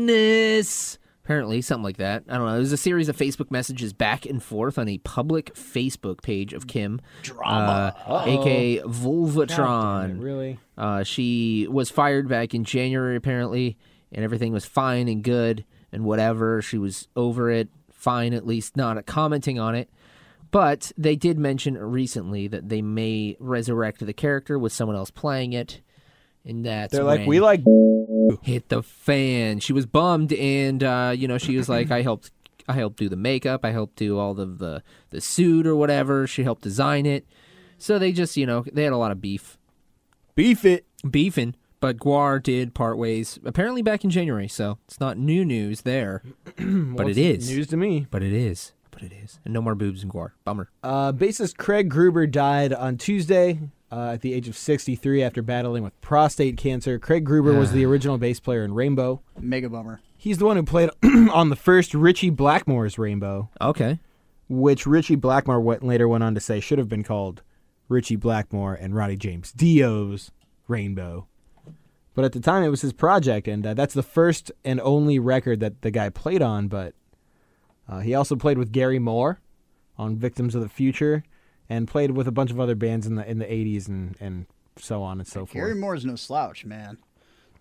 drunkenness. Apparently, something like that. I don't know. It was a series of Facebook messages back and forth on a public Facebook page of Kim, Drama. Uh, aka Vulvatron.
Really?
Uh, she was fired back in January, apparently, and everything was fine and good and whatever. She was over it, fine at least, not commenting on it. But they did mention recently that they may resurrect the character with someone else playing it. And that's
They're like,
when
we like.
hit the fan. She was bummed, and uh, you know, she was like, "I helped, I helped do the makeup, I helped do all of the the suit or whatever. She helped design it." So they just, you know, they had a lot of beef
Beef it.
beefing, but Guar did part ways apparently back in January, so it's not new news there. but it is.
News to me.
But it is. But it is. And no more boobs in Guar. Bummer.
Uh, bassist Craig Gruber died on Tuesday uh, at the age of 63 after battling with prostate cancer. Craig Gruber was the original bass player in Rainbow.
Mega bummer.
He's the one who played on the first Richie Blackmore's Rainbow,
Okay.
which Richie Blackmore went, later went on to say should have been called Richie Blackmore and Ronnie James Dio's Rainbow. But at the time, it was his project, and uh, that's the first and only record that the guy played on. But uh, he also played with Gary Moore on Victims of the Future, and played with a bunch of other bands in the in the '80s and and so on and so
Gary
forth.
Moore's no slouch, man.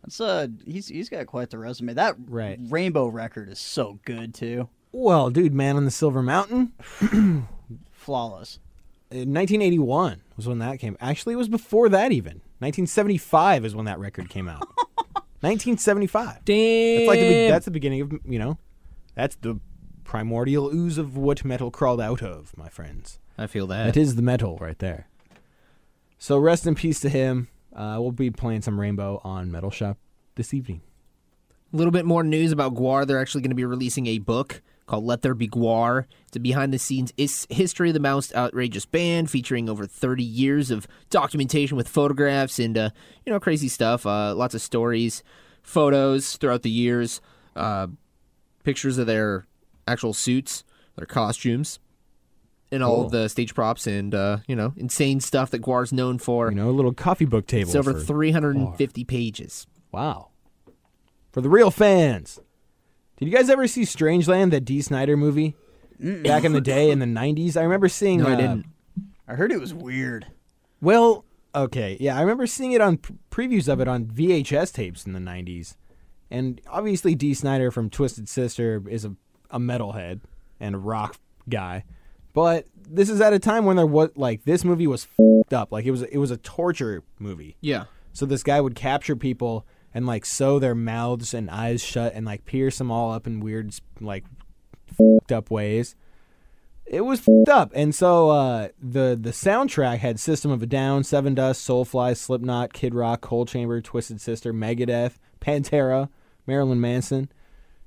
That's uh, he's he's got quite the resume. That
Right.
Rainbow record is so good too,
Well, dude, Man on the Silver Mountain.
flawless.
In 1981 was when that came. Actually, it was before that even. 1975 is when that record came out. 1975.
Damn.
That's like the, be- that's the beginning of you know, that's the primordial ooze of what metal crawled out of, my friends.
I feel
That
that.
is the metal right there. So rest in peace to him. Uh, we'll be playing some Rainbow on Metal Shop this evening.
A little bit more news about Guar. They're actually going to be releasing a book called Let There Be Guar. It's a behind the scenes is- history of the most outrageous band featuring over 30 years of documentation with photographs and, uh, you know, crazy stuff. Uh, lots of stories, photos throughout the years, uh, pictures of their actual suits, their costumes, and all of the stage props and, uh, you know, insane stuff that Guar's known for.
You know, a little coffee book table.
it's over
for-
350 pages.
Wow. For the real fans. Did you guys ever see Strangeland, that D. Snyder movie? Back in the day in the 90s? I remember seeing
No, I
uh,
didn't.
I heard it was weird.
Well, okay. Yeah, I remember seeing it on p- previews of it on VHS tapes in the 90s. And obviously, D. Snyder from Twisted Sister is a, a metalhead and a rock guy. But this is at a time when there was, like, this movie was fed up. Like, it was, it was a torture movie.
Yeah.
So this guy would capture people and like sew their mouths and eyes shut and like pierce them all up in weird like fed up ways. It was fed up, and so uh, the the soundtrack had System of a Down, Seven Dust, Soulfly, Slipknot, Kid Rock, Cold Chamber, Twisted Sister, Megadeth, Pantera, Marilyn Manson.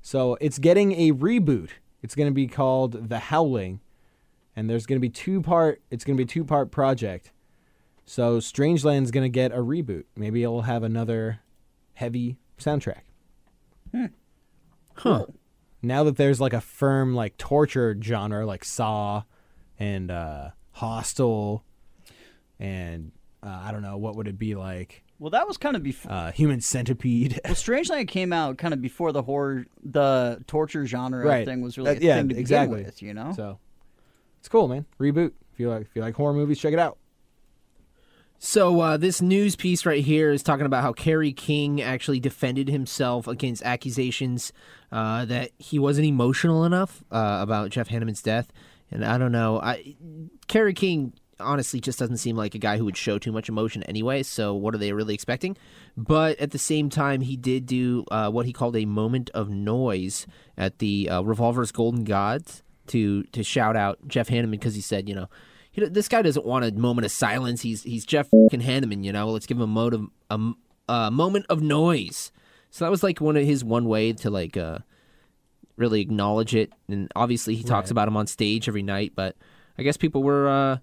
So it's getting a reboot. It's going to be called The Howling, and there's going to be two part. It's going to be a two part project. So Strangeland's going to get a reboot. Maybe it'll have another heavy soundtrack.
Hmm.
Huh.
Now that there's like a firm like torture genre like Saw and uh Hostel and uh, I don't know what would it be like
Well, that was kind of before.
uh Human Centipede.
Well, Strangeland came out kind of before the horror, the torture genre
Right.
thing was really
That-
a
yeah,
thing to
exactly.
begin with. You know,
so it's cool, man. Reboot. If you like if you like horror movies, check it out.
So uh, this news piece right here is talking about how Kerry King actually defended himself against accusations uh, that he wasn't emotional enough uh, about Jeff Hanneman's death, and I don't know. I Kerry King honestly just doesn't seem like a guy who would show too much emotion anyway. So what are they really expecting? But at the same time, he did do uh, what he called a moment of noise at the uh, Revolver's Golden Gods to to shout out Jeff Hanneman because he said, you know, he, do- this guy doesn't want a moment of silence. He's he's Jeff fucking Hanneman, you know. Let's give him a motive, a, m- a moment of noise. So that was like one of his one way to like uh, really acknowledge it. And obviously, he talks about him on stage every night. But I guess people were uh,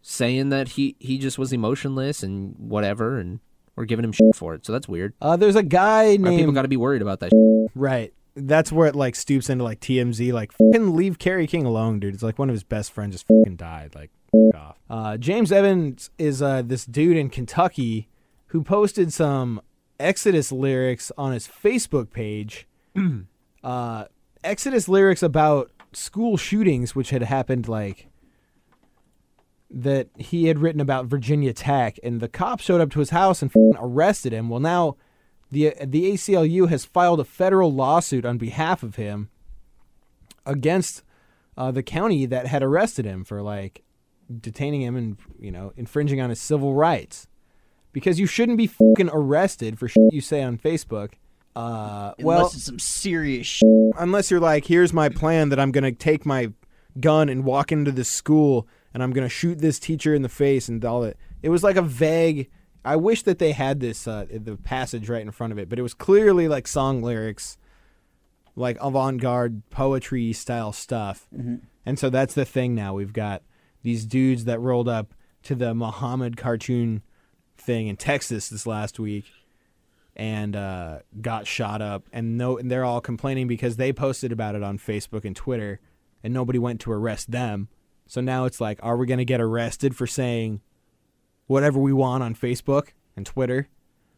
saying that he he just was emotionless and whatever, and We're giving him shit for it, so that's weird.
Uh, there's a guy
Our people
named
got to be worried about that.
right. That's where it like stoops into like TMZ. Like fucking leave Kerry King alone, dude. It's like one of his best friends just fucking died. Like f- off. Uh, James Evans is uh, this dude in Kentucky who posted some Exodus lyrics on his Facebook page. uh, Exodus lyrics about school shootings, which had happened like that he had written about Virginia Tech, and the cops showed up to his house and fing arrested him. Well, now the the ACLU has filed a federal lawsuit on behalf of him against uh, the county that had arrested him for like detaining him and you know infringing on his civil rights because you shouldn't be fucking arrested for shit you say on Facebook. Uh, well,
Unless it's some serious sh-
unless you're like, here's my plan that I'm gonna take my gun and walk into this school and I'm gonna shoot this teacher in the face and all that. It was like a vague. I wish that they had this uh, the passage right in front of it, but it was clearly like song lyrics, like avant-garde poetry style stuff. And so that's the thing now. We've got these dudes that rolled up to the Muhammad cartoon thing in Texas this last week and uh, got shot up, and no, and they're all complaining because they posted about it on Facebook and Twitter, and nobody went to arrest them. So now it's like, are we going to get arrested for saying whatever we want on Facebook and Twitter?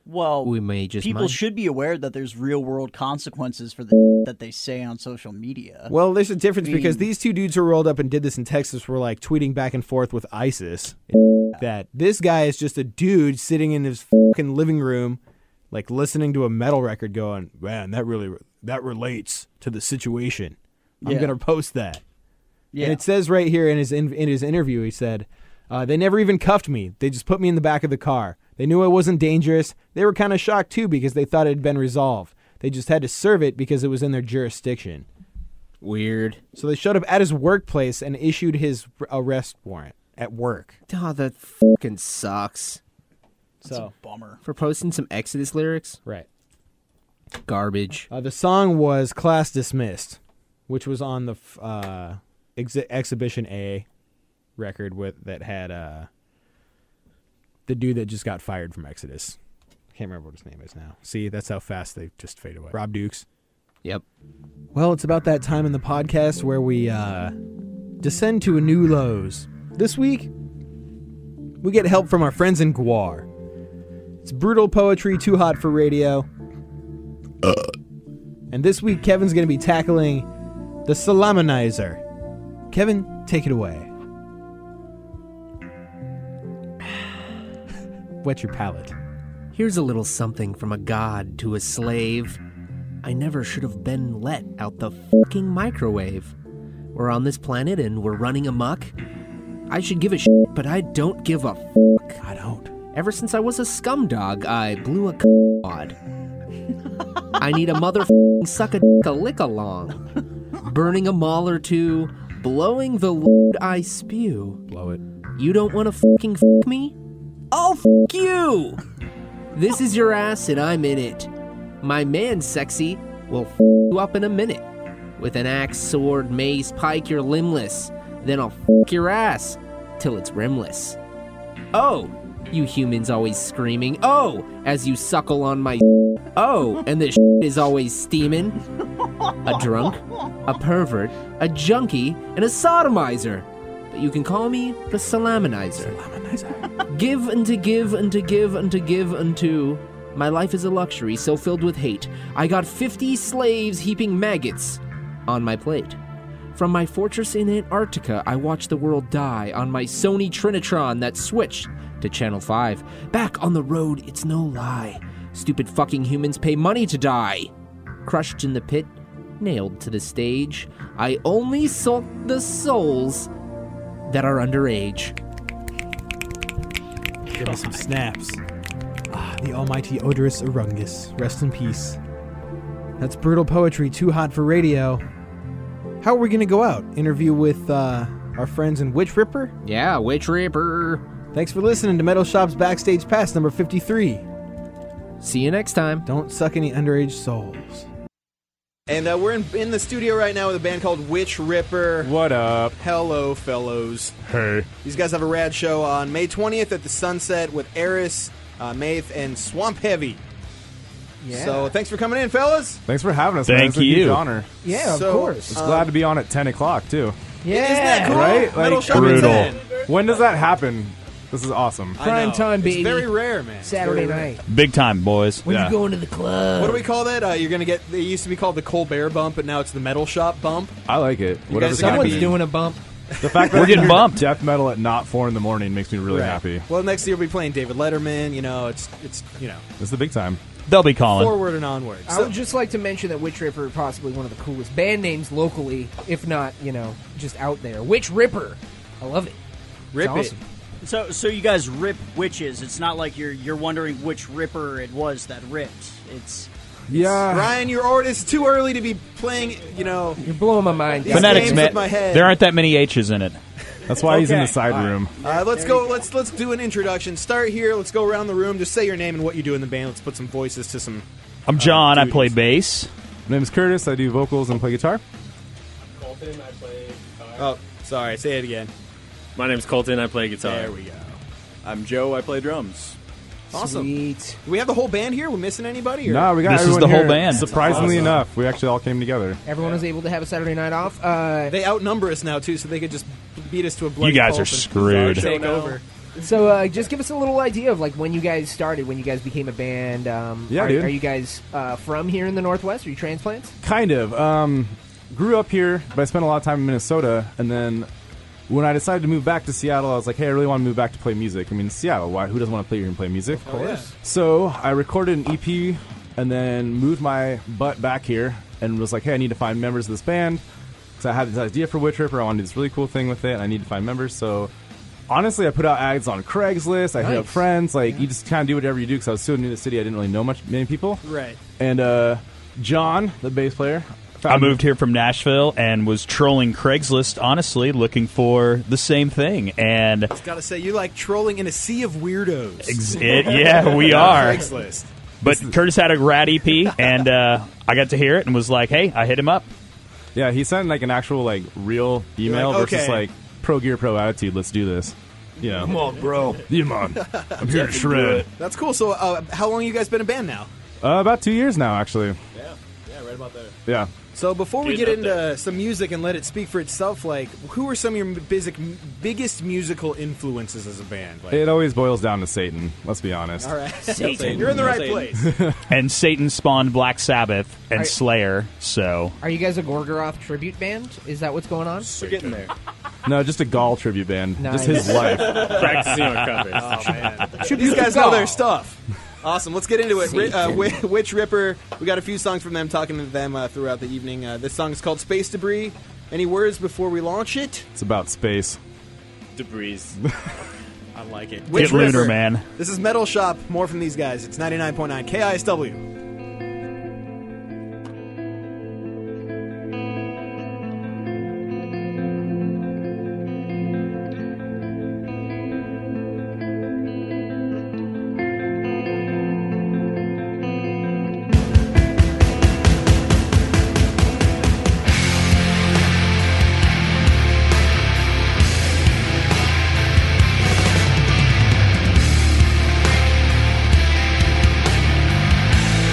Well,
We may just
people
mind.
should be aware that there's real world consequences for the that they say on social media.
Well, there's a difference because these two dudes who rolled up and did this in Texas were like tweeting back and forth with ISIS. That this guy is just a dude sitting in his fucking living room, like listening to a metal record, going, "Man, that really that relates to the situation." I'm
Yeah.
gonna post that.
yeah,
And it says right here in his in, in his interview, he said, uh, "They never even cuffed me. They just put me in the back of the car. They knew I wasn't dangerous. They were kind of shocked too because they thought it had been resolved. They just had to serve it because it was in their jurisdiction.
Weird.
So they showed up at his workplace and issued his r- arrest warrant at work.
Oh, that fucking sucks.
So
bummer.
For posting some Exodus lyrics,
right,
garbage.
uh, the song was "Class Dismissed," which was on the f- uh, exhi- exhibition A record with that had uh, the dude that just got fired from Exodus. I can't remember what his name is now. See, that's how fast they just fade away. Rob Dukes.
Yep.
Well, it's about that time in the podcast where we uh, descend to a new lows. This week, we get help from our friends in Guar. It's brutal poetry, too hot for radio. And this week, Kevin's going to be tackling the Salaminizer. Kevin, take it away. Wet your palate.
Here's a little something from a god to a slave. I never should have been let out the fucking microwave. We're on this planet and we're running amok. I should give a shit, but I don't give a fuck.
I don't.
Ever since I was a scum dog, I blew a cod. I need a motherfucking suck a dick a lick along. Burning a maul or two, blowing the load I spew.
Blow it.
You don't want to fucking fuck me? I'll fuck you! This is your ass and I'm in it. My man, sexy, will fuck you up in a minute. With an axe, sword, mace, pike, you're limbless. Then I'll fuck your ass till it's rimless. Oh, you humans always screaming. Oh, as you suckle on my. Oh, and this is always steaming. A drunk, a pervert, a junkie, and a sodomizer. But you can call me the salaminizer. give and to give and to give and to give and to. My life is a luxury so filled with hate. I got 50 slaves heaping maggots on my plate. From my fortress in Antarctica, I watched the world die on my Sony Trinitron that switched to Channel 5. Back on the road, it's no lie. Stupid fucking humans pay money to die. Crushed in the pit, nailed to the stage, I only sulk the souls that are underage.
Give me some snaps. Ah, the almighty odorous Arungus. Rest in peace. That's brutal poetry, too hot for radio. How are we going to go out? Interview with uh, our friends in Witch Ripper?
Yeah, Witch Reaper.
Thanks for listening to Metal Shop's Backstage Pass number 53.
See you next time.
Don't suck any underage souls. And uh, we're in, in the studio right now with a band called Witch Ripper.
What up?
Hello, fellows.
Hey.
These guys have a rad show on May 20th at the Sunset with Eris, uh, Maith, and Swamp Heavy.
Yeah.
So thanks for coming in, fellas.
Thanks for having us. man.
Thank
It's a huge
you.
honor.
Yeah,
So, uh,
of course.
It's glad to be on at 10 o'clock too.
yeah.
Isn't that Um, cool?
Right?
Metal
Like,
Shop
Brutal.
at 10.
When does that happen? This is awesome.
I know.
Prime time,
It's
baby.
very rare, man. It's
Saturday
very rare.
night.
Big time, boys.
When
Yeah.
you going to the club?
What do we call that? Uh, you're gonna get. They used to be called the Colbert bump, but now it's the Metal Shop bump.
I like it.
guys
Whatever's
are
gonna
gonna
Someone's
be.
doing a bump.
The fact that
We're getting
you're
bumped.
Death metal at not four in the morning makes me really happy.
Well, next year we'll be playing David Letterman. You know, it's it's you know
It's the big time.
They'll be calling.
forward and onward.
I
So-
would just like to mention that Witch Ripper are possibly one of the coolest band names locally, if not, you know, just out there. Witch Ripper. I love it.
Rip
it's awesome.
it.
So, so you guys rip witches. It's not like you're you're wondering which ripper it was that ripped. It's
Yeah.
Ryan, you're already. It's too early to be playing. You know,
You're blowing my mind.
Yeah.
Fanatic.
Fanatics,
Games
man.
with my head.
There aren't that many H's in it.
That's why he's in the
Okay.
side room.
uh, let's go. Let's let's do an introduction. Start here. Let's go around the room. Just say your name and what you do in the band. Let's put some voices to some.
I'm John. I
dude,
play
it's-
bass.
My name's Curtis. I do vocals and play guitar.
Oh, sorry. Say it again.
My name's Colton. I play guitar.
There we go.
I'm Joe. I play drums.
Awesome.
Sweet.
Do we have the whole band here? We missing anybody? Or?
No, we got
This is
everyone
the whole
here.
band.
Surprisingly enough, we actually all came together.
Everyone was able to have a Saturday night off. Uh,
They outnumber us now too, so they could just beat us to a bloody.
You guys
pulp
are
and
screwed.
Take over.
so uh, just give us a little idea of like when you guys started, when you guys became a band. Um,
Yeah,
are,
dude.
are you guys uh, from here in the Northwest? Are you transplants?
Kind of. Um, grew up here, but I spent a lot of time in Minnesota. And then when I decided to move back to Seattle, I was like, hey, I really want to move back to play music. I mean, Seattle, why, who doesn't want to play here and play music? Of course. So I recorded an EP and then moved my butt back here and was like, hey, I need to find members of this band. So I had this idea for Witch Ripper. I want to do this really cool thing with it. And I need to find members. So honestly, I put out ads on Craigslist. I hit up
Nice.
friends. Like, you just kind of do whatever you do because I was still new to the city. I didn't really know much many people.
Right.
And uh, John, the bass player,
I
found-
moved here from Nashville and was trolling Craigslist, honestly, looking for the same thing. And
Gotta say, you like trolling in a sea of weirdos.
ex- it, yeah, we are.
Craigslist.
But Curtis had a rad EP, and uh, I got to hear it and was like, "Hey, I hit him up."
Yeah, he sent like an actual like real email
like,
versus
okay.
like pro gear, pro attitude. Let's do this. You know, come on, bro. Come on. I'm here to shred.
That's cool. So, uh, how long you guys been a band now?
Uh, about two years now, actually.
Yeah, right about there.
Yeah.
So before we
Dude,
get
up
into
there.
some music and let it speak for itself, like who are some of your m- basic, m- biggest musical influences as a band? Like,
It always boils down to Satan. Let's be honest.
all right, you're in the right place.
And Satan spawned Black Sabbath and
Are-
Slayer. So
Are you guys a Gorgoroth tribute band? Is that what's going on?
We're getting there.
No, just a Gall tribute band.
Nice.
Just his life.
Practicing on covers.
These guys know their stuff. Awesome. Let's get into it. Ri- uh, Wi- Witch Ripper. We got a few songs from them. Talking to them uh, throughout the evening. Uh, this song is called Space Debris. Any words before we launch it?
It's about space.
Debris.
I like it.
get lunar, man.
This is Metal Shop. More from these guys. It's 99.9 KISW.
Thank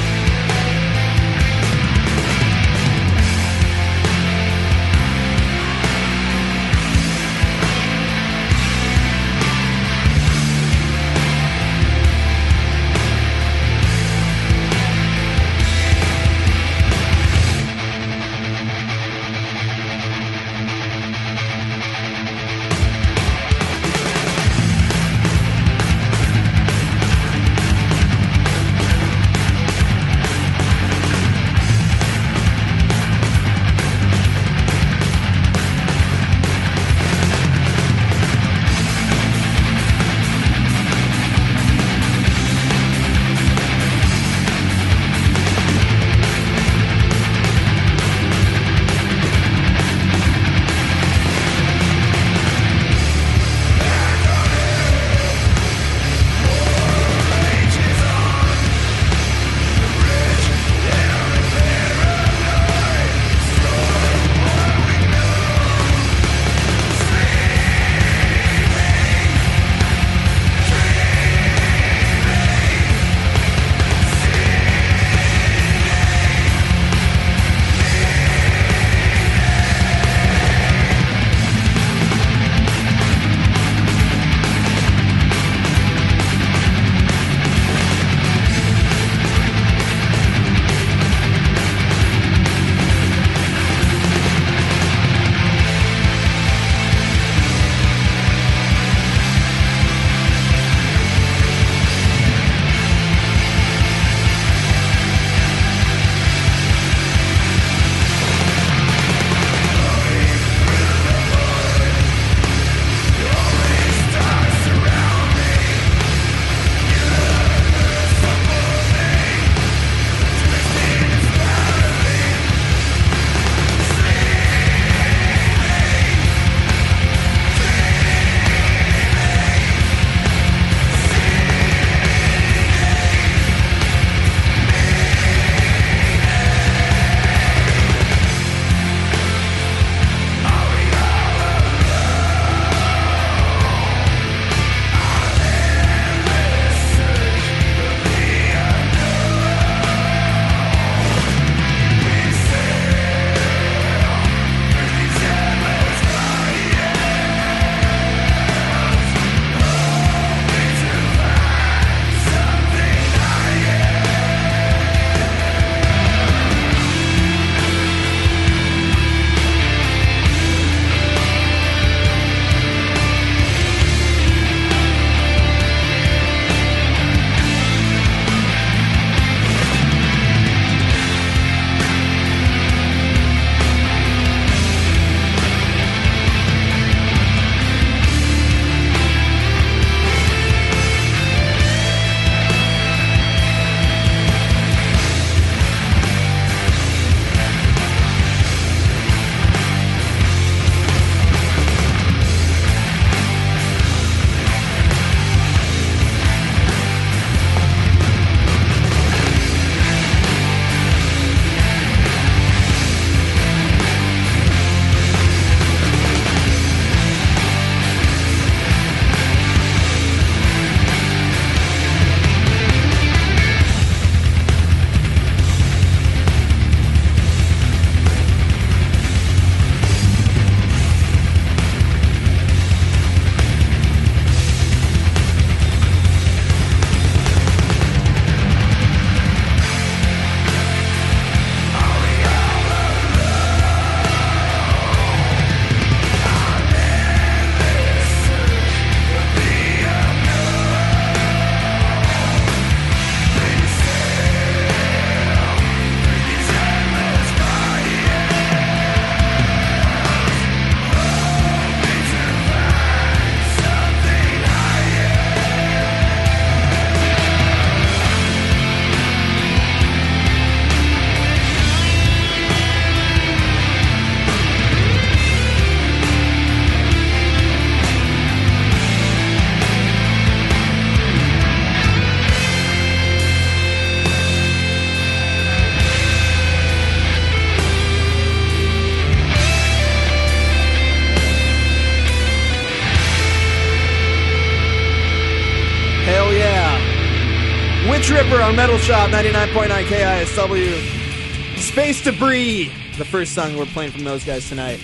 Rich Ripper on Metal Shop 99.9 KISW. Space Debris, the first song we're playing from those guys tonight.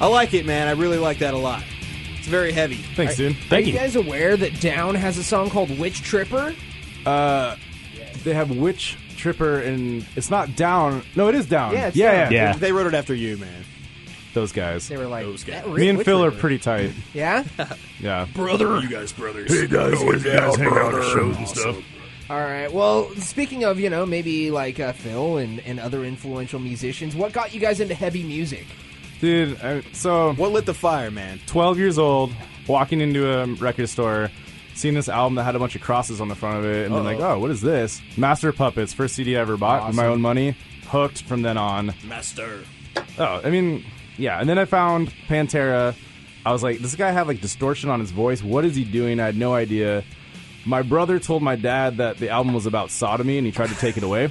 I like it, man. I really like that a lot. It's very heavy.
Thanks, dude.
Thank
you
you.
guys aware that Down has a song called Witch Tripper?
Uh, they have Witch Tripper, and it's not down. No, it is down.
Yeah, it's
yeah,
down.
yeah,
Yeah.
They wrote it after you, man.
Those guys.
They were like, that
Me and
Witch
Phil are
Ripper.
pretty tight.
Yeah?
Yeah.
Brother. You guys brothers. Hey guys, always guys hang out at shows and stuff.
All right. Well, speaking of, you know, maybe like uh, Phil and, and other influential musicians, what got you guys into heavy music?
Dude, I, so
What lit the fire, man?
12 years old, walking into a record store, seeing this album that had a bunch of crosses on the front of it, and then like, oh, what is this? Master of Puppets, first CD I ever bought with my own money. Hooked from then on.
Master.
Oh, I mean, yeah. And then I found Pantera. I was like, this guy had like distortion on his voice. What is he doing? I had no idea. My brother told my dad that the album was about sodomy, and he tried to take it away.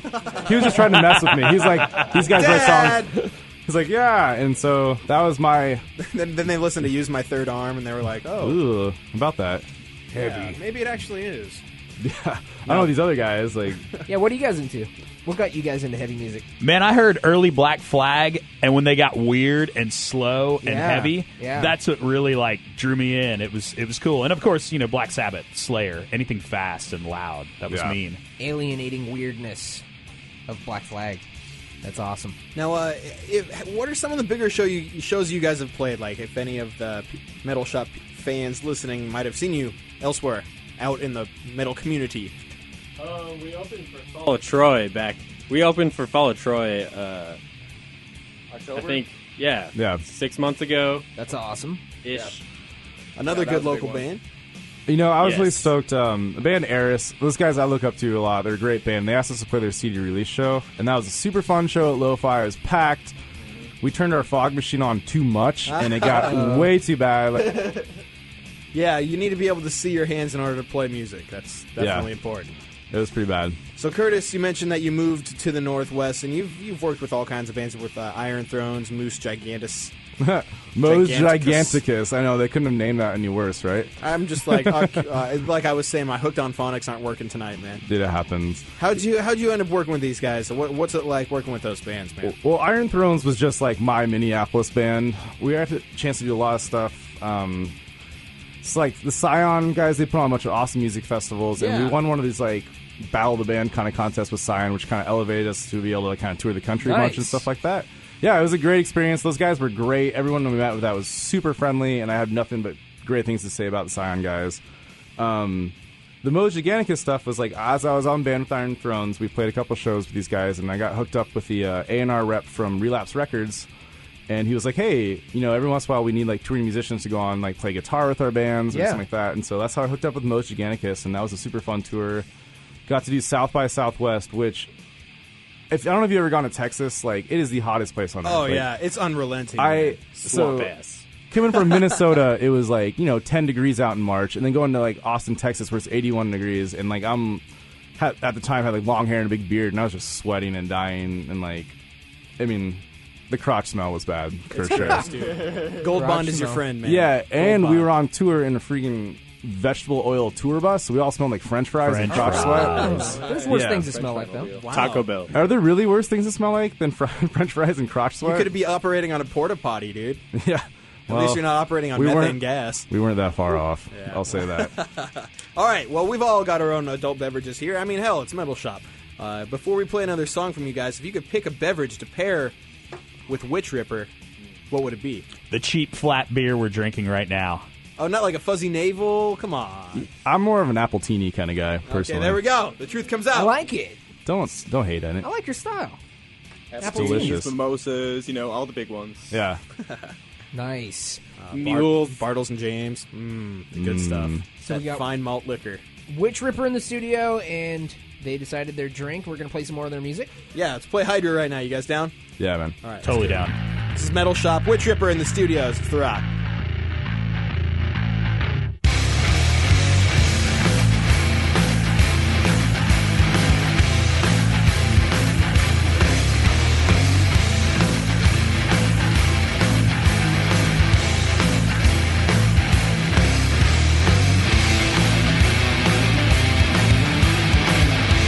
he was just trying to mess with me. He's like, these guys
Dad!
write songs. He's like, yeah. And so that was my
then, then they listened to Use My Third Arm, and they were like, oh,
ooh about that.
yeah, maybe it actually is.
I don't know these other guys like.
Yeah, what are you guys into? What got you guys into heavy music?
Man, I heard early Black Flag, and when they got weird and slow and
Yeah,
heavy,
yeah.
that's what really like drew me in. It was it was cool, and of course, you know, Black Sabbath, Slayer, anything fast and loud. That was
Yeah.
mean.
Alienating weirdness of Black Flag. That's awesome.
Now, uh, if, what are some of the bigger show you, shows you guys have played? Like, if any of the P- Metal Shop fans listening might have seen you elsewhere, out in the metal community.
Uh, we opened for Follow Troy back. We opened for Follow Troy. Uh, October. I think. Yeah.
Yeah.
Six months ago
That's awesome.
ish.
Another
that
good
was a big
local
one.
band.
You know, I was really
Yes.
stoked. Um, the band Eris, those guys I look up to a lot. They're a great band. They asked us to play their CD release show, and that was a super fun show at Lo-Fi. It was packed. We turned our fog machine on too much, and it got way too bad. Like,
Yeah, you need to be able to see your hands in order to play music. That's definitely important.
it was pretty bad.
So, Curtis, you mentioned that you moved to the Northwest, and you've you've worked with all kinds of bands, with uh, Iron Thrones, Moose Gigantus.
Mose
Giganticus.
Giganticus. I know they couldn't have named that any worse, right?
I'm just like, uh, uh, like I was saying, my hooked on phonics aren't working tonight, man.
Dude, it happens.
How'd you how'd you end up working with these guys? What, what's it like working with those bands, man?
Well, Iron Thrones was just like my Minneapolis band. We had a chance to do a lot of stuff. Um, it's like the Scion guys, they put on a bunch of awesome music festivals, and we won one of these like battle of the band kind of contests with Scion, which kind of elevated us to be able to kind of tour the country a bunch and
Nice.
stuff like that. Yeah, it was a great experience. Those guys were great. Everyone we met with that was super friendly, and I have nothing but great things to say about the Scion guys. Um, the Mos Giganticus stuff was like as I was on Band with Iron Thrones, we played a couple shows with these guys, and I got hooked up with the uh, A and R rep from Relapse Records, and he was like, "Hey, you know, every once in a while we need like touring musicians to go on like play guitar with our bands or
Yeah.
something like that," and so that's how I hooked up with Mos Giganticus, and that was a super fun tour. Got to do South by Southwest, which if I don't know if you have ever gone to Texas, like it is the hottest place on earth.
Oh
Like,
yeah, it's unrelenting.
I
Swamp
so
ass.
coming from Minnesota, it was like you know ten degrees out in March, and then going to like Austin, Texas, where it's eighty-one degrees, and like I'm had, at the time had like long hair and a big beard, and I was just sweating and dying, and like I mean, the crotch smell was bad for sure.
Gold Bond is
Garage
your
Snow.
friend, man.
Yeah, and we
Bond.
were on tour in a freaking vegetable oil tour bus, so we all smelled like French fries and
French
crotch sweat.
There's worse
Yeah.
things to smell like, though.
Wow.
Taco Bell.
Are there really worse things that smell like than fr- French fries and crotch
You
sweat?
could be operating on a porta potty, dude. At
yeah. Well,
least you're not operating on
we
methane
weren't-
gas.
We weren't that far off. I'll say that.
All right, well, we've all got our own adult beverages here. I mean, hell, it's Metal Shop. Uh, before we play another song from you guys, if you could pick a beverage to pair with Witch Ripper, what would it be?
The cheap flat beer we're drinking right now.
Oh, not like a fuzzy navel. Come on.
I'm more of an apple teeny kind of guy,
Okay,
personally.
there we go. The truth comes
I
out.
like it.
Don't don't hate on it.
I like your style.
Apple
delicious.
mimosas, you know, all the big ones.
Yeah,
Nice.
Uh,
Mules.
Bartles and James. Mmm, the
Mm.
good stuff.
So
that
we got-
fine malt liquor.
Witch Ripper in the studio, and they decided their drink. We're going to play some more of their music.
Yeah, let's play Hydra right now. You guys down?
yeah, man.
All right.
Totally down.
This is Metal Shop. Witch Ripper in the studios. It's The Rock.
Thank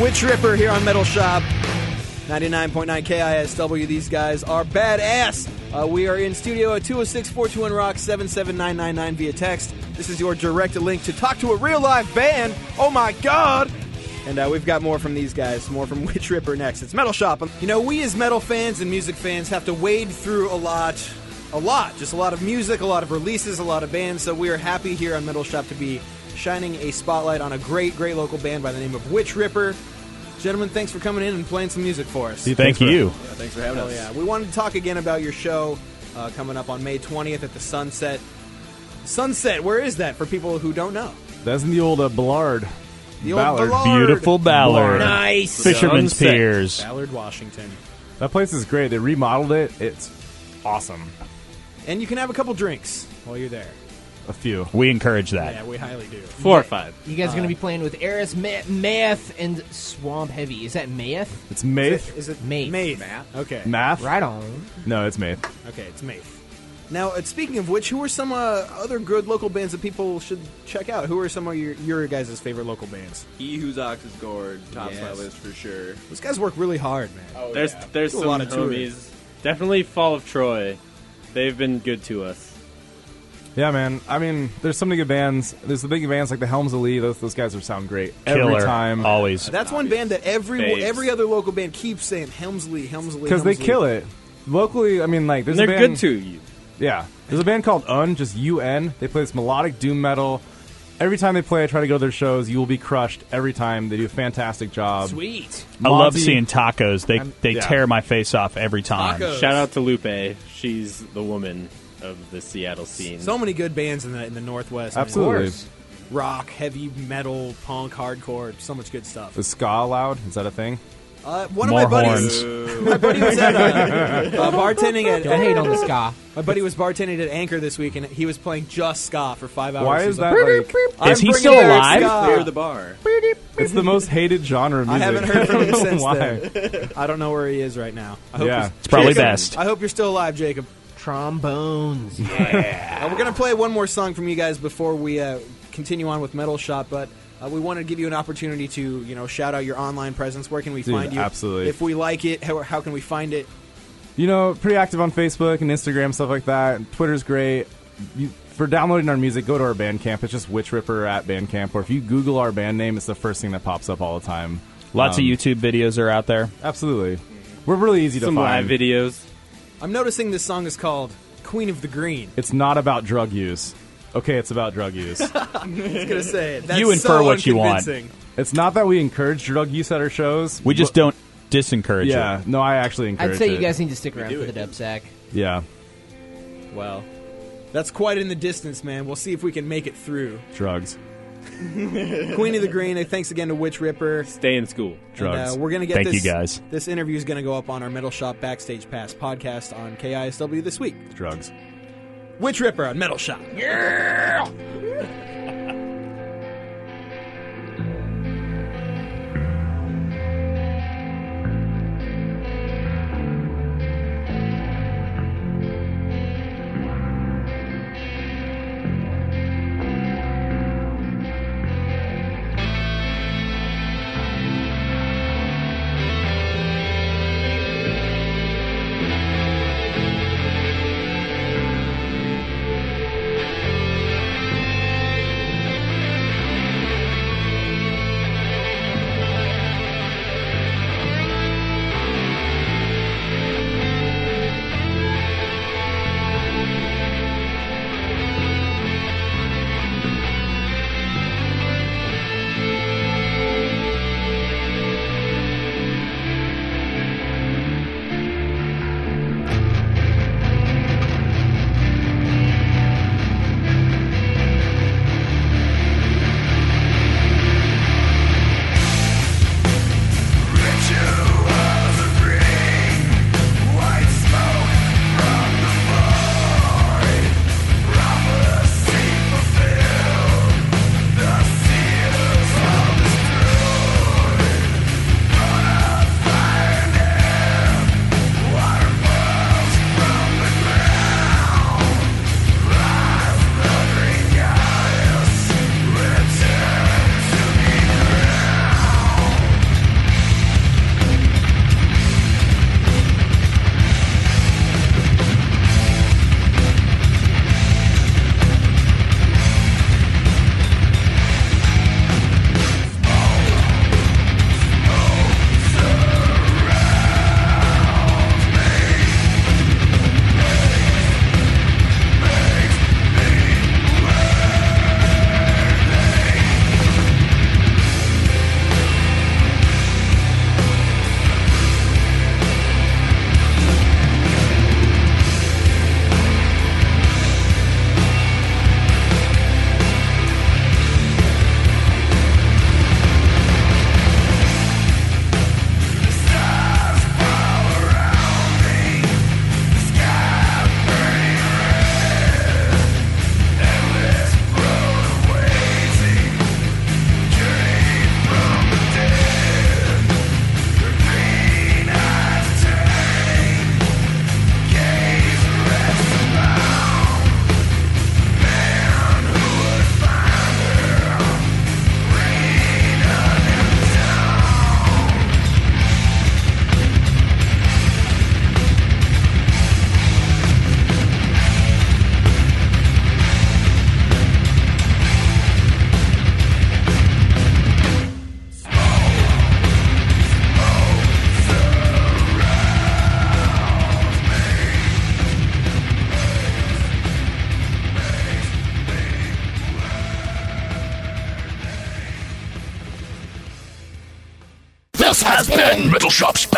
Witch Ripper here on Metal Shop. 99.9 KISW. These guys are badass. Uh, we are in studio at 206 421 Rock 77999 via text. This is your direct link to talk to a real live band. Oh my god! And uh, we've got more from these guys, more from Witch Ripper next. It's Metal Shop. You know, we as metal fans and music fans have to wade through a lot, a lot, just a lot of music, a lot of releases, a lot of bands. So we are happy here on Metal Shop to be shining a spotlight on a great, great local band by the name of Witch Ripper. Gentlemen, thanks for coming in and playing some music for us.
Thank you.
Thanks for having
Hell
us.
yeah. We wanted to talk again about your show uh, coming up on May 20th at the Sunset. Sunset, where is that for people who don't know?
That's in the old uh, Ballard.
The old Ballard.
Beautiful Ballard.
Nice.
Fisherman's
Sunset.
Piers.
Ballard, Washington.
That place is great. They remodeled it. It's awesome.
And you can have a couple drinks while you're there.
A few.
We encourage that.
Yeah, we highly do.
Four or five.
You guys are going to be playing with Eris, Ma- Math, and Swamp Heavy. Is that Math?
It's Maith.
Is it
Maith.
Maith. Okay.
Math?
Right on.
No, it's Maith.
Okay, it's Maith. Now, uh, speaking of which, who are some uh, other good local bands that people should check out? Who are some of your, your guys' favorite local bands?
He who's ox is gored. Tops my
Yes.
list for sure.
Those guys work really hard, man.
Oh,
There's
yeah.
there's
Do a
some
lot of
homies.
touring.
Definitely Fall of Troy. They've been good to us.
Yeah, man. I mean, there's so many good bands. There's the big bands like the Helms of Lee. Those, those guys are sound great
Killer.
every time
Always.
That's one band that every
Babes.
every other local band keeps saying Helmsley, Helmsley,
because they
Helmsley.
kill it. Locally, I mean, like there's
And they're
a band,
good to you.
Yeah, there's a band called Un, just U N. They play this melodic doom metal. Every time they play, I try to go to their shows. You will be crushed every time. They do a fantastic job.
Sweet.
I love
Monty-
seeing tacos. They they
yeah.
tear my face off every time.
Tacos.
Shout out to Lupe. She's the woman of the Seattle scene.
So many good bands in the in the Northwest. man.
Absolutely.
rock, heavy metal, punk, hardcore, so much good stuff.
Is ska loud? Is that a thing?
Uh, one
More
of my buddies,
horns.
my buddy was at uh, uh, bartending at.
Don't hate on the ska.
My buddy was bartending at Anchor this week, and he was playing just ska for five hours.
Why
He was
is
like,
that? Like,
"I'm
Is he
bringing
still
back
alive?
ska."
Clear the bar.
it's the most hated genre of
I
music.
haven't heard from him since
Why?
then. I don't know where he is right now. I hope
Yeah.
he's-
It's
probably
Jacob,
best.
I hope you're still alive, Jacob.
Trombones.
Uh, we're gonna play one more song from you guys before we uh, continue on with Metal Shop, but uh, we want to give you an opportunity to you know shout out your online presence. Where can we
Dude,
find you?
absolutely.
If we like it, how, how can we find it?
you know, pretty active on Facebook and Instagram, stuff like that. Twitter's great. You, for downloading our music, go to our Bandcamp. It's just Witch Ripper at Bandcamp. Or if you Google our band name, it's the first thing that pops up all the time.
Lots
Um,
of YouTube videos are out there.
Absolutely. We're really easy
Some
to
live
find.
videos.
I'm noticing this song is called Queen of the Green.
It's not about drug use. Okay, it's about drug use.
I'm gonna say it. That's
You infer
so
what you want.
unconvincing.
it's not that we encourage drug use at our shows.
We just
but-
don't disencourage
Yeah,
it.
no, I actually encourage
I'd say
it.
you guys need to stick around for
it.
the dub sack.
Yeah,
Wow, that's quite in the distance, man. We'll see if we can make it through.
drugs.
Queen of the Green. uh, Thanks again to Witch Ripper.
Stay in school.
Drugs.
And, uh, we're gonna get
Thank
this,
you, guys.
This interview is gonna go up on our Metal Shop Backstage Pass podcast on KISW this week.
drugs.
Witch Ripper on Metal Shop.
This has been Metal Shop's